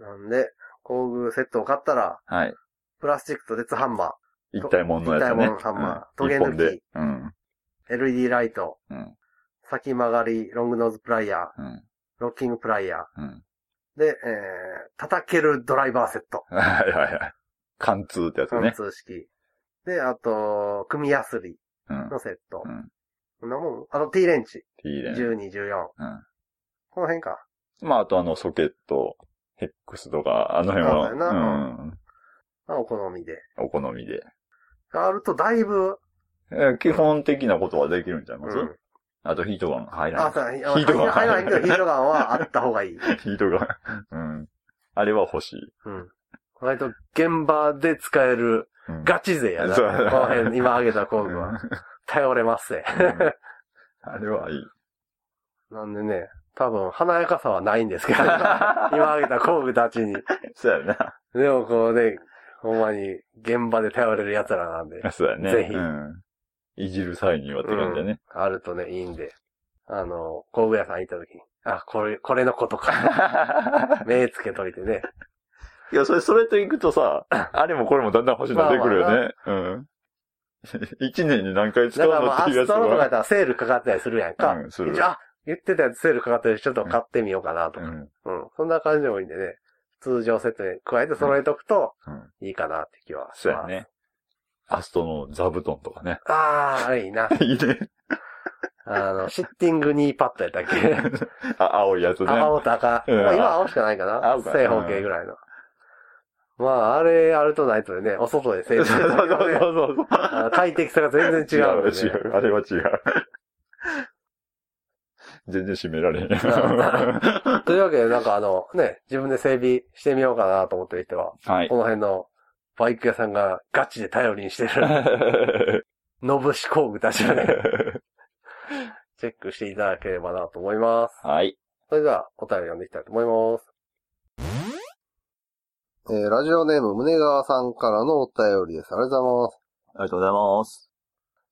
Speaker 1: なんで、工具セットを買ったら、
Speaker 2: はい。
Speaker 1: プラスチックと鉄ハンマ
Speaker 2: 一体もんのやつね。
Speaker 1: 一体物ハンマー
Speaker 2: う
Speaker 1: ト
Speaker 2: ん
Speaker 1: ゲ抜
Speaker 2: 一
Speaker 1: き
Speaker 2: 本で。うん。
Speaker 1: ー、LED ライト、
Speaker 2: うん。
Speaker 1: 先曲がり、ロングノーズプライヤー、
Speaker 2: うん。
Speaker 1: ロッキングプライヤー、
Speaker 2: うん。
Speaker 1: で、えー、叩けるドライバーセット、
Speaker 2: はいはいはい。貫通ってやつ
Speaker 1: 貫
Speaker 2: ね。
Speaker 1: 通式。で、あと、組やすり
Speaker 2: うん。
Speaker 1: のセット
Speaker 2: う。ん。
Speaker 1: こんなもんあと T レンチ、
Speaker 2: いいね。
Speaker 1: 12、14。
Speaker 2: うん。
Speaker 1: この辺か。
Speaker 2: まあ、あとあの、ソケット、ヘックスとか、あの辺
Speaker 1: そうだよな
Speaker 2: は、うん。
Speaker 1: まあ、お好みで。
Speaker 2: お好みで。
Speaker 1: があると、だいぶ、
Speaker 2: えー基本的なことはできるんちゃいます、
Speaker 1: うん。
Speaker 2: あとヒートガン入ら
Speaker 1: あ、
Speaker 2: ん
Speaker 1: そう、ヒ
Speaker 2: ヒートガン
Speaker 1: 入らないけど、ヒートガンはあった方 がいい。
Speaker 2: ヒートガン。 うん。あれは欲しい。
Speaker 1: うん。割と現場で使える
Speaker 2: うん
Speaker 1: ガチ勢やな。こ
Speaker 2: そう
Speaker 1: の辺、今挙げた工具
Speaker 2: うん
Speaker 1: は。頼れますぜ。
Speaker 2: あれはいい。
Speaker 1: なんでね、多分華やかさはないんですけ ど、今挙げた工具たちに。
Speaker 2: そうやな。
Speaker 1: でもこうね、ほんまに現場で頼れる奴らなんで、
Speaker 2: そうやね。
Speaker 1: ぜひ
Speaker 2: うん。いじる際にはって感じだね。
Speaker 1: あるとね、いいんで。あの、工具屋さん行った時に、あ、これ、これのこと か。目つけといてね。
Speaker 2: いや、それ、それと行くとさ、あれもこれもだんだん欲しいなってくるよね。うん。 一年に何回使
Speaker 1: だ
Speaker 2: う
Speaker 1: から
Speaker 2: の
Speaker 1: ま
Speaker 2: っ
Speaker 1: あ、
Speaker 2: て
Speaker 1: ア
Speaker 2: いうや
Speaker 1: ス
Speaker 2: つ
Speaker 1: トロとかやっ
Speaker 2: は。
Speaker 1: たらセールかかってたりするやんか。
Speaker 2: うん、する
Speaker 1: 一。応あ、言ってたやつセールかかってるし、ちょっと買ってみようかなと
Speaker 2: う
Speaker 1: か。
Speaker 2: ん。
Speaker 1: うん。そんな感じでもいいんでね。通常セットに加えて揃えとくと
Speaker 2: うん、
Speaker 1: いいかなって気はし
Speaker 2: そう
Speaker 1: ま
Speaker 2: や
Speaker 1: す。
Speaker 2: ね。アストの座布団とかね。
Speaker 1: あー、あれいいな。
Speaker 2: いいね。
Speaker 1: あ の、シッティングニーパッドやったっけ
Speaker 2: あ、青いやつね。
Speaker 1: 青と赤。
Speaker 2: うん
Speaker 1: まあ今青しかないかな。
Speaker 2: 青か
Speaker 1: 正方形ぐらいの。まあ、あれあるとないとでね、お外で
Speaker 2: そうそうそ
Speaker 1: 成立する
Speaker 2: うそう
Speaker 1: 時はね
Speaker 2: そうそう。
Speaker 1: あの快適さが全然違うんで、ね。
Speaker 2: 違う、違う。あれは違う。全然閉められへん。
Speaker 1: う。というわけで、なんかあの、ね、自分で整備してみようかなと思ってる人は、
Speaker 2: はい
Speaker 1: こ。の辺のバイク屋さんがガチで頼りにしてる、のぶし工具たちをね、チェックしていただければなと思います。
Speaker 2: はい。
Speaker 1: それでは、お便り読んでいきたいと思います。えーラジオネーム、胸川さんからのお便りです。ありがとうございます。
Speaker 2: ありがとうございます。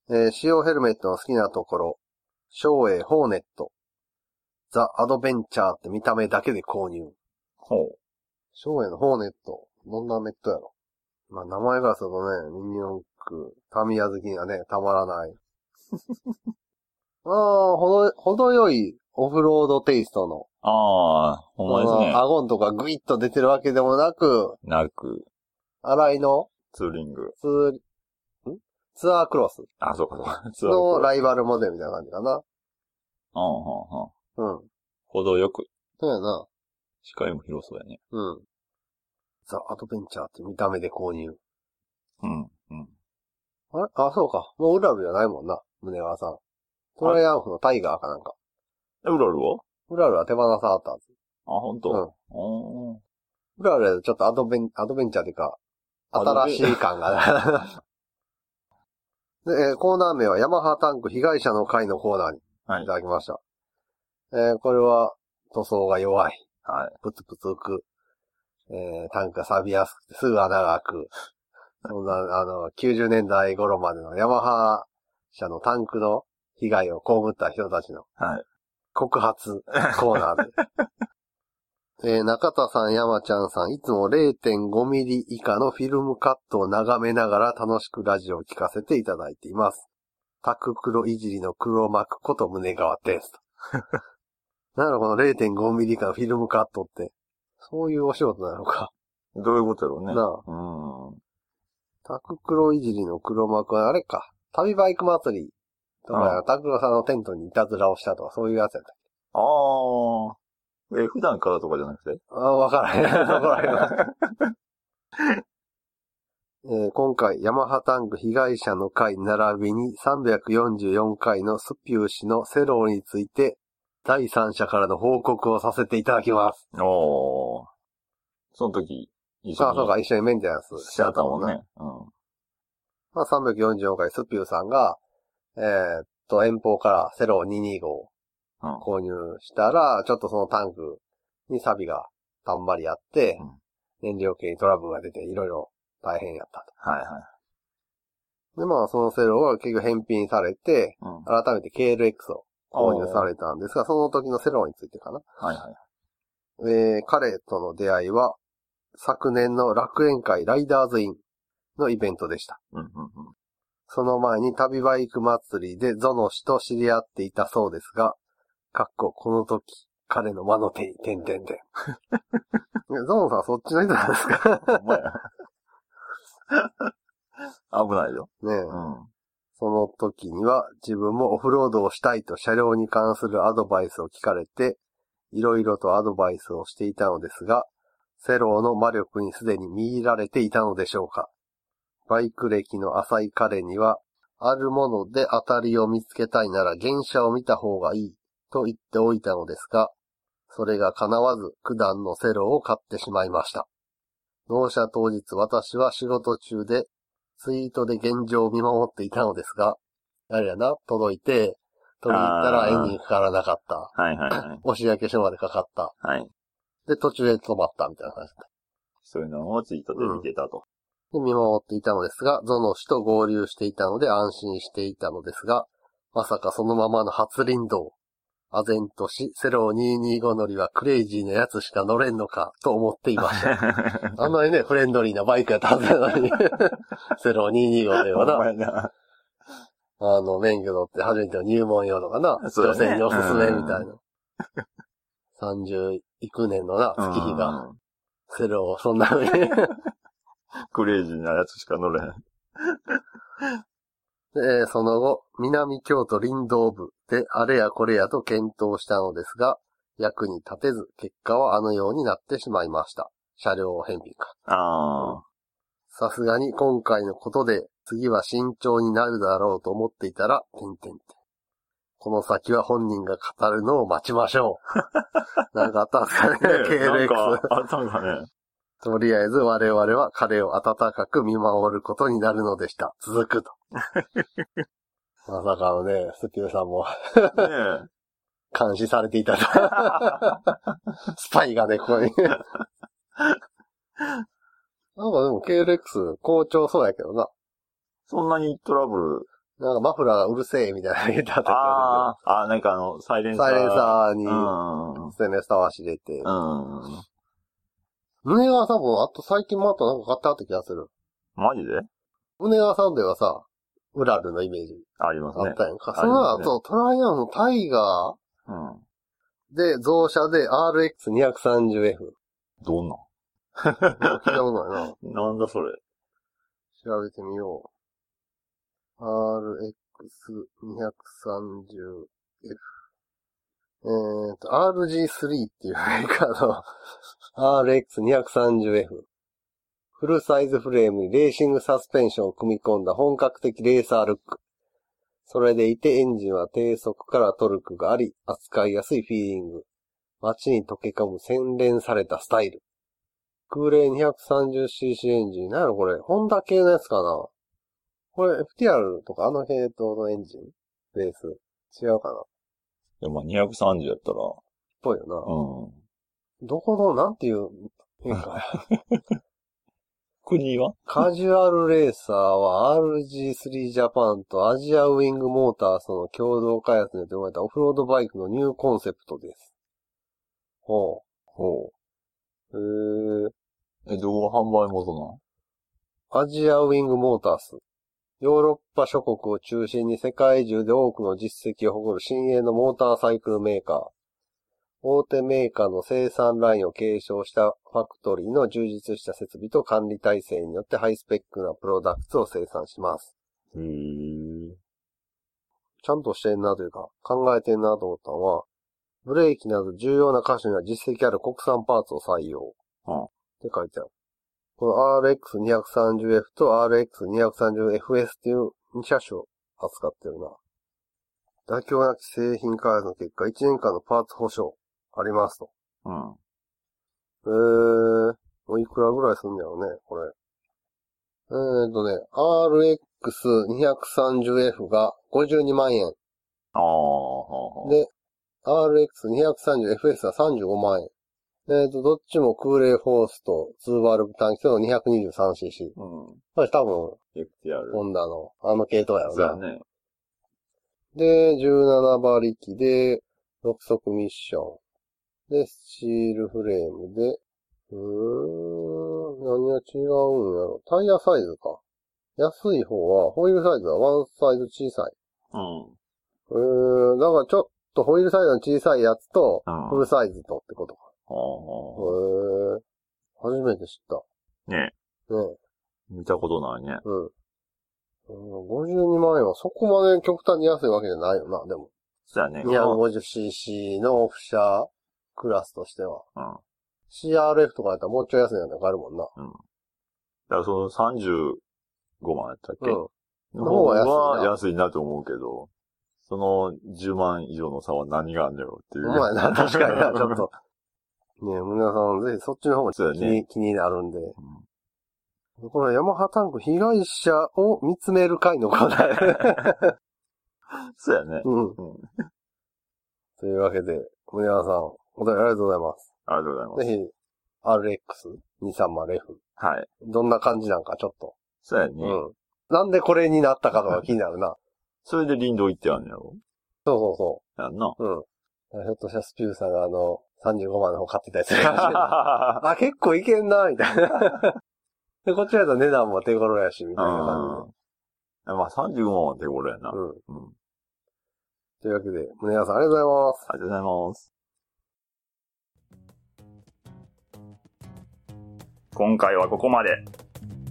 Speaker 1: えー使用ヘルメットの好きなところ、昭栄ホーネット、ザ・アドベンチャーって見た目だけで購入。
Speaker 2: ほ
Speaker 1: 昭栄のホーネット、どんなメットやろ。まあ、名前からするとね、ミニ四駆、タミヤ好きにはね、たまらない。ああ、ほど、ほどよいオフロードテイストの、
Speaker 2: う。ああ、ほんまです
Speaker 1: まあ
Speaker 2: ね。
Speaker 1: 顎のとかグイッと出てるわけでもなく、
Speaker 2: なく、
Speaker 1: 洗いの
Speaker 2: ツーリング。
Speaker 1: ツー、んツアークロス
Speaker 2: あ、そうかそうか。ツアー
Speaker 1: の
Speaker 2: コース。
Speaker 1: ライバルモデルみたいな感じかな。
Speaker 2: うんうんうん。
Speaker 1: うん。
Speaker 2: ほどよく。
Speaker 1: そうやな。
Speaker 2: 視界も広そうやね。
Speaker 1: うん。ザ・アドベンチャーって見た目で購入。
Speaker 2: うん。うん。
Speaker 1: あれあ、そうか。もうウラルじゃないもんな。胸川さん。トライアンフのタイガーかなんか。
Speaker 2: え、ウラルは
Speaker 1: ウラルは手放さはったはず。
Speaker 2: あ、ほんと。うん。
Speaker 1: ウラルやとちょっとアドベン、アドベンチャーっていうか、新しい感がね。 で、えーコーナー名はヤマハタンク被害者の会のコーナーに
Speaker 2: はい
Speaker 1: いただきました。えーこれは塗装が弱い。
Speaker 2: はい。
Speaker 1: プツプツ浮く。えータンクが錆びやすくてすぐ穴が開く。そんな、 あの、90年代頃までのヤマハ社のタンクの被害を被った人たちの
Speaker 2: はい。
Speaker 1: 告発コーナーで。えー中田さん、山ちゃんさん、いつも0.5ミリ以下のフィルムカットを眺めながら楽しくラジオを聞かせていただいています。タククロいじりの黒幕こと胸川です。となるほど、0.5ミリ以下のフィルムカットって、そういうお仕事なのか。
Speaker 2: どういうことやろうね。
Speaker 1: なあ
Speaker 2: うん。
Speaker 1: タククロいじりの黒幕はあれか。旅バイク祭りとか、タククロさんのテントにいたずらをしたとか、そういうやつやった。
Speaker 2: ああ。え、普段からとかじゃなく て
Speaker 1: あわからへん。わからへんわ。えー今回、ヤマハタンク被害者の会並びに344回のスピュー氏のセローについて、第三者からの報告をさせていただきます。
Speaker 2: おー。その時、一緒
Speaker 1: あ
Speaker 2: に。
Speaker 1: あ、そうか、一緒にメンテナンスし
Speaker 2: してちゃ
Speaker 1: あっ
Speaker 2: っ
Speaker 1: た
Speaker 2: た
Speaker 1: も
Speaker 2: も
Speaker 1: ん
Speaker 2: ん
Speaker 1: ね。
Speaker 2: ね。うん。
Speaker 1: まあ、344回スピューさんが、えーっと、遠方からセロー225を
Speaker 2: うん
Speaker 1: 購入したら、ちょっとそのタンクに錆がたんまりあって
Speaker 2: うん、
Speaker 1: 燃料系にトラブルが出ていろいろ大変やった
Speaker 2: はいはい。
Speaker 1: と。で、まあそのセロは結局返品されて、
Speaker 2: うん。
Speaker 1: 改めて KLX を購入されたんですが、その時のセロについてかな。
Speaker 2: はいはい。
Speaker 1: えー彼との出会いは、昨年の楽園会ライダーズインのイベントでした。
Speaker 2: うんうんうん。
Speaker 1: その前に旅バイク祭りでゾノ氏と知り合っていたそうですが、かっここの時、彼の魔の手に、てんてんてん。ゾノさんそっちの人なんですか
Speaker 2: ほんまや。 危ないよ。
Speaker 1: ねえ
Speaker 2: う。ん。
Speaker 1: その時には自分もオフロードをしたいと車両に関するアドバイスを聞かれて、いろいろとアドバイスをしていたのですが、セローの魔力にすでに見入られていたのでしょうか。バイク歴の浅い彼には、あるもので当たりを見つけたいなら原車を見た方がいいと言っておいたのですが、それが叶わず、九段のセローを買ってしまいました。納車当日私は仕事中でツイートで現状を見守っていたのですが、あれやな、届いて、取りに行ったら絵にかからなかった。
Speaker 2: はいはいはい。
Speaker 1: 押し焼け書までかかった。
Speaker 2: はい。
Speaker 1: で、途中で止まったみたいな感じで。
Speaker 2: そういうのをツイートで見てたと。
Speaker 1: で、見守っていたのですが、ゾノ氏と合流していたので安心していたのですが、まさかそのままの初林道。唖然とし、セロー225乗りはクレイジーなやつしか乗れんのか、と思っていま した。あんなにね、フレンドリーなバイクやったはずなのに、セロー225で
Speaker 2: ほ
Speaker 1: は
Speaker 2: ん
Speaker 1: な
Speaker 2: ま、やな。
Speaker 1: あの、免許取って初めての入門用とかな、
Speaker 2: そう
Speaker 1: 女
Speaker 2: だね
Speaker 1: 性におすすめみたいな。30いく年のな、月日が、
Speaker 2: うん。
Speaker 1: セロをそんな風に。で
Speaker 2: クレイジーなやつしか乗れへん。
Speaker 1: えーその後、南京都林道部であれやこれやと検討したのですが、役に立てず、結果はあのようになってしまいました。車両返品か。
Speaker 2: あ
Speaker 1: さすがに今回のことで、次は慎重になるだろうと思っていたら、てんてんてん。この先は本人が語るのを待ちましょ う。なんかあったんですかね
Speaker 2: あ。ねえなんか
Speaker 1: KLX。、
Speaker 2: あったんか ね。
Speaker 1: とりあえず我々は彼を温かく見守ることになるのでした。続く と。まさかのね、スピューさんも
Speaker 2: ねえ。
Speaker 1: 監視されていた と。スパイがね、ここに。なんかでも KLX 好調そうやけどな。
Speaker 2: そんなにトラブ
Speaker 1: なんかマフラーがうるせえみたいなの言ってはっ
Speaker 2: ル。
Speaker 1: た
Speaker 2: ああ。ああ、なんかあの、サイレ
Speaker 1: け
Speaker 2: ン
Speaker 1: ど
Speaker 2: サー。
Speaker 1: サイレンサーに
Speaker 2: ー。うん。
Speaker 1: ステネスタワー入れて。
Speaker 2: うん。
Speaker 1: 胸川さんも、あと最近もあとなんか買ってあった気がする。
Speaker 2: マジで
Speaker 1: 胸川さんではさ、ウラルのイメージ
Speaker 2: あります
Speaker 1: あ
Speaker 2: ね
Speaker 1: っ。たやんか。
Speaker 2: あ
Speaker 1: そ
Speaker 2: り
Speaker 1: の
Speaker 2: ますね
Speaker 1: 後、トライアンのタイガ
Speaker 2: うん。
Speaker 1: ーで、増車で RX230F。
Speaker 2: どんな
Speaker 1: 聞いたことないな。
Speaker 2: なんだそれ。
Speaker 1: 調べてみよう。RX230F。えーと、RG3 っていうメーカーの RX230F。フルサイズフレームにレーシングサスペンションを組み込んだ本格的レーサールック。それでいてエンジンは低速からトルクがあり、扱いやすいフィーリング。街に溶け込む洗練されたスタイル。空冷 230cc エンジン。なのこれ、ホンダ系のやつかなこれ FTR とかあの系統のエンジンベース。違うかなっ
Speaker 2: でも230やったら、
Speaker 1: ぽいよな。
Speaker 2: うん。
Speaker 1: どこの、なんていうメーカー や、
Speaker 2: 国は
Speaker 1: カジュアルレーサーは RG3 ジャパンとアジアウィングモーターその共同開発によって生まれたオフロードバイクのニューコンセプトです。ほ
Speaker 2: ほ
Speaker 1: う。へー
Speaker 2: う。え、動画販売元
Speaker 1: アジアウィングモータース。ヨーロッパ諸国を中心に世界中で多くの実績を誇る新鋭のモーターサイクルメーカー。大手メーカーの生産ラインを継承したファクトリーの充実した設備と管理体制によってハイスペックなプロダクツを生産します。
Speaker 2: なんへー。
Speaker 1: ちゃんとしてんなというか、考えてんなと思ったのは、ブレーキなど重要な箇所には実績ある国産パーツを採用。
Speaker 2: うん
Speaker 1: って書いてある。この RX230F と RX230FS っていう2車種を扱ってるな。妥協なき製品開発の結果、1年間のパーツ保証ありますと。
Speaker 2: うん。
Speaker 1: えー、おいくらぐらいするんだろうね、これ。えーとね、RX230F が52万円。
Speaker 2: ああ、はあはあ。
Speaker 1: で、 RX230FS は35万円。えっ、と、どっちも空冷フォースと2バルブ短期との 223cc。
Speaker 2: うん。
Speaker 1: これ多分、ホ
Speaker 2: FTR。
Speaker 1: ンダの、あの系統やろ
Speaker 2: だ
Speaker 1: な。
Speaker 2: ね。
Speaker 1: で、17馬力で、6速ミッション。で、スチールフレームで、うーん、何が違うんやろ。タイヤサイズか。安い方は、ホイールサイズはワンサイズ小さい。
Speaker 2: うん。
Speaker 1: うーん、だからちょっとホイールサイズの小さいやつと、
Speaker 2: うん
Speaker 1: フルサイズとってことか。
Speaker 2: あ
Speaker 1: へえ、初めて知った。
Speaker 2: あ。ね
Speaker 1: ねえ。
Speaker 2: 見たことないね。
Speaker 1: うん。うん52万円はそこまで極端に安いわけじゃないよな、でも。
Speaker 2: そうやね。
Speaker 1: 250cc のオフシャークラスとしては。
Speaker 2: うん。だか
Speaker 1: CRF とかやったらもうちょい安いのがあるもんな。
Speaker 2: らその35万やったっ
Speaker 1: う
Speaker 2: け、
Speaker 1: ん。の
Speaker 2: の
Speaker 1: 方
Speaker 2: 方
Speaker 1: が安いな
Speaker 2: は安いなと思うけど、その10万以上の差は何があんだろうっていう。
Speaker 1: お前な、確か にな、ちょっと。ねえ、皆さん、ぜひそっちの方が気
Speaker 2: そう
Speaker 1: に,、
Speaker 2: だね
Speaker 1: 気になるんで。このヤマハタンク被害者を見つめる回の課題。
Speaker 2: そうやね。
Speaker 1: うん。
Speaker 2: うん。
Speaker 1: というわけで、宗山さん、お便りありがとうございます。
Speaker 2: ありがとうございます。
Speaker 1: ぜひ、RX230F。
Speaker 2: はい。
Speaker 1: どんな感じなんか、ちょっと。
Speaker 2: そうやね。
Speaker 1: うん。なんでこれになったかとか気になるな。
Speaker 2: それで林道行ってやんねやろ
Speaker 1: そうそうそ
Speaker 2: やんな。
Speaker 1: う。うん。ひょっとしたらスピューさんがあの、35万の方買ってたや つ。
Speaker 2: あ
Speaker 1: あ、結構いけんな、みたいな。 で、こっちらだと値段も手頃やし、みたいな感
Speaker 2: あ。まあ35万は手頃やな。
Speaker 1: じで。
Speaker 2: うん。
Speaker 1: うん。
Speaker 2: あ
Speaker 1: というわけで、宗谷さんありがとうございます。
Speaker 2: りがとうございます。今回はここまで。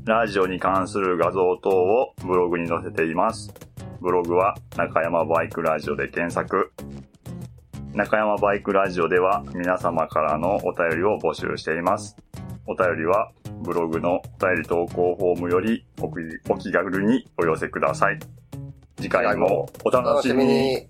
Speaker 2: ラジオに関する画像等をブログに載せています。ブログは中山バイクラジオで検索。中山バイクラジオでは皆様からのお便りを募集しています。お便りはブログのお便り投稿フォームよりお気お気軽にお寄せください。次回もお楽しみに。。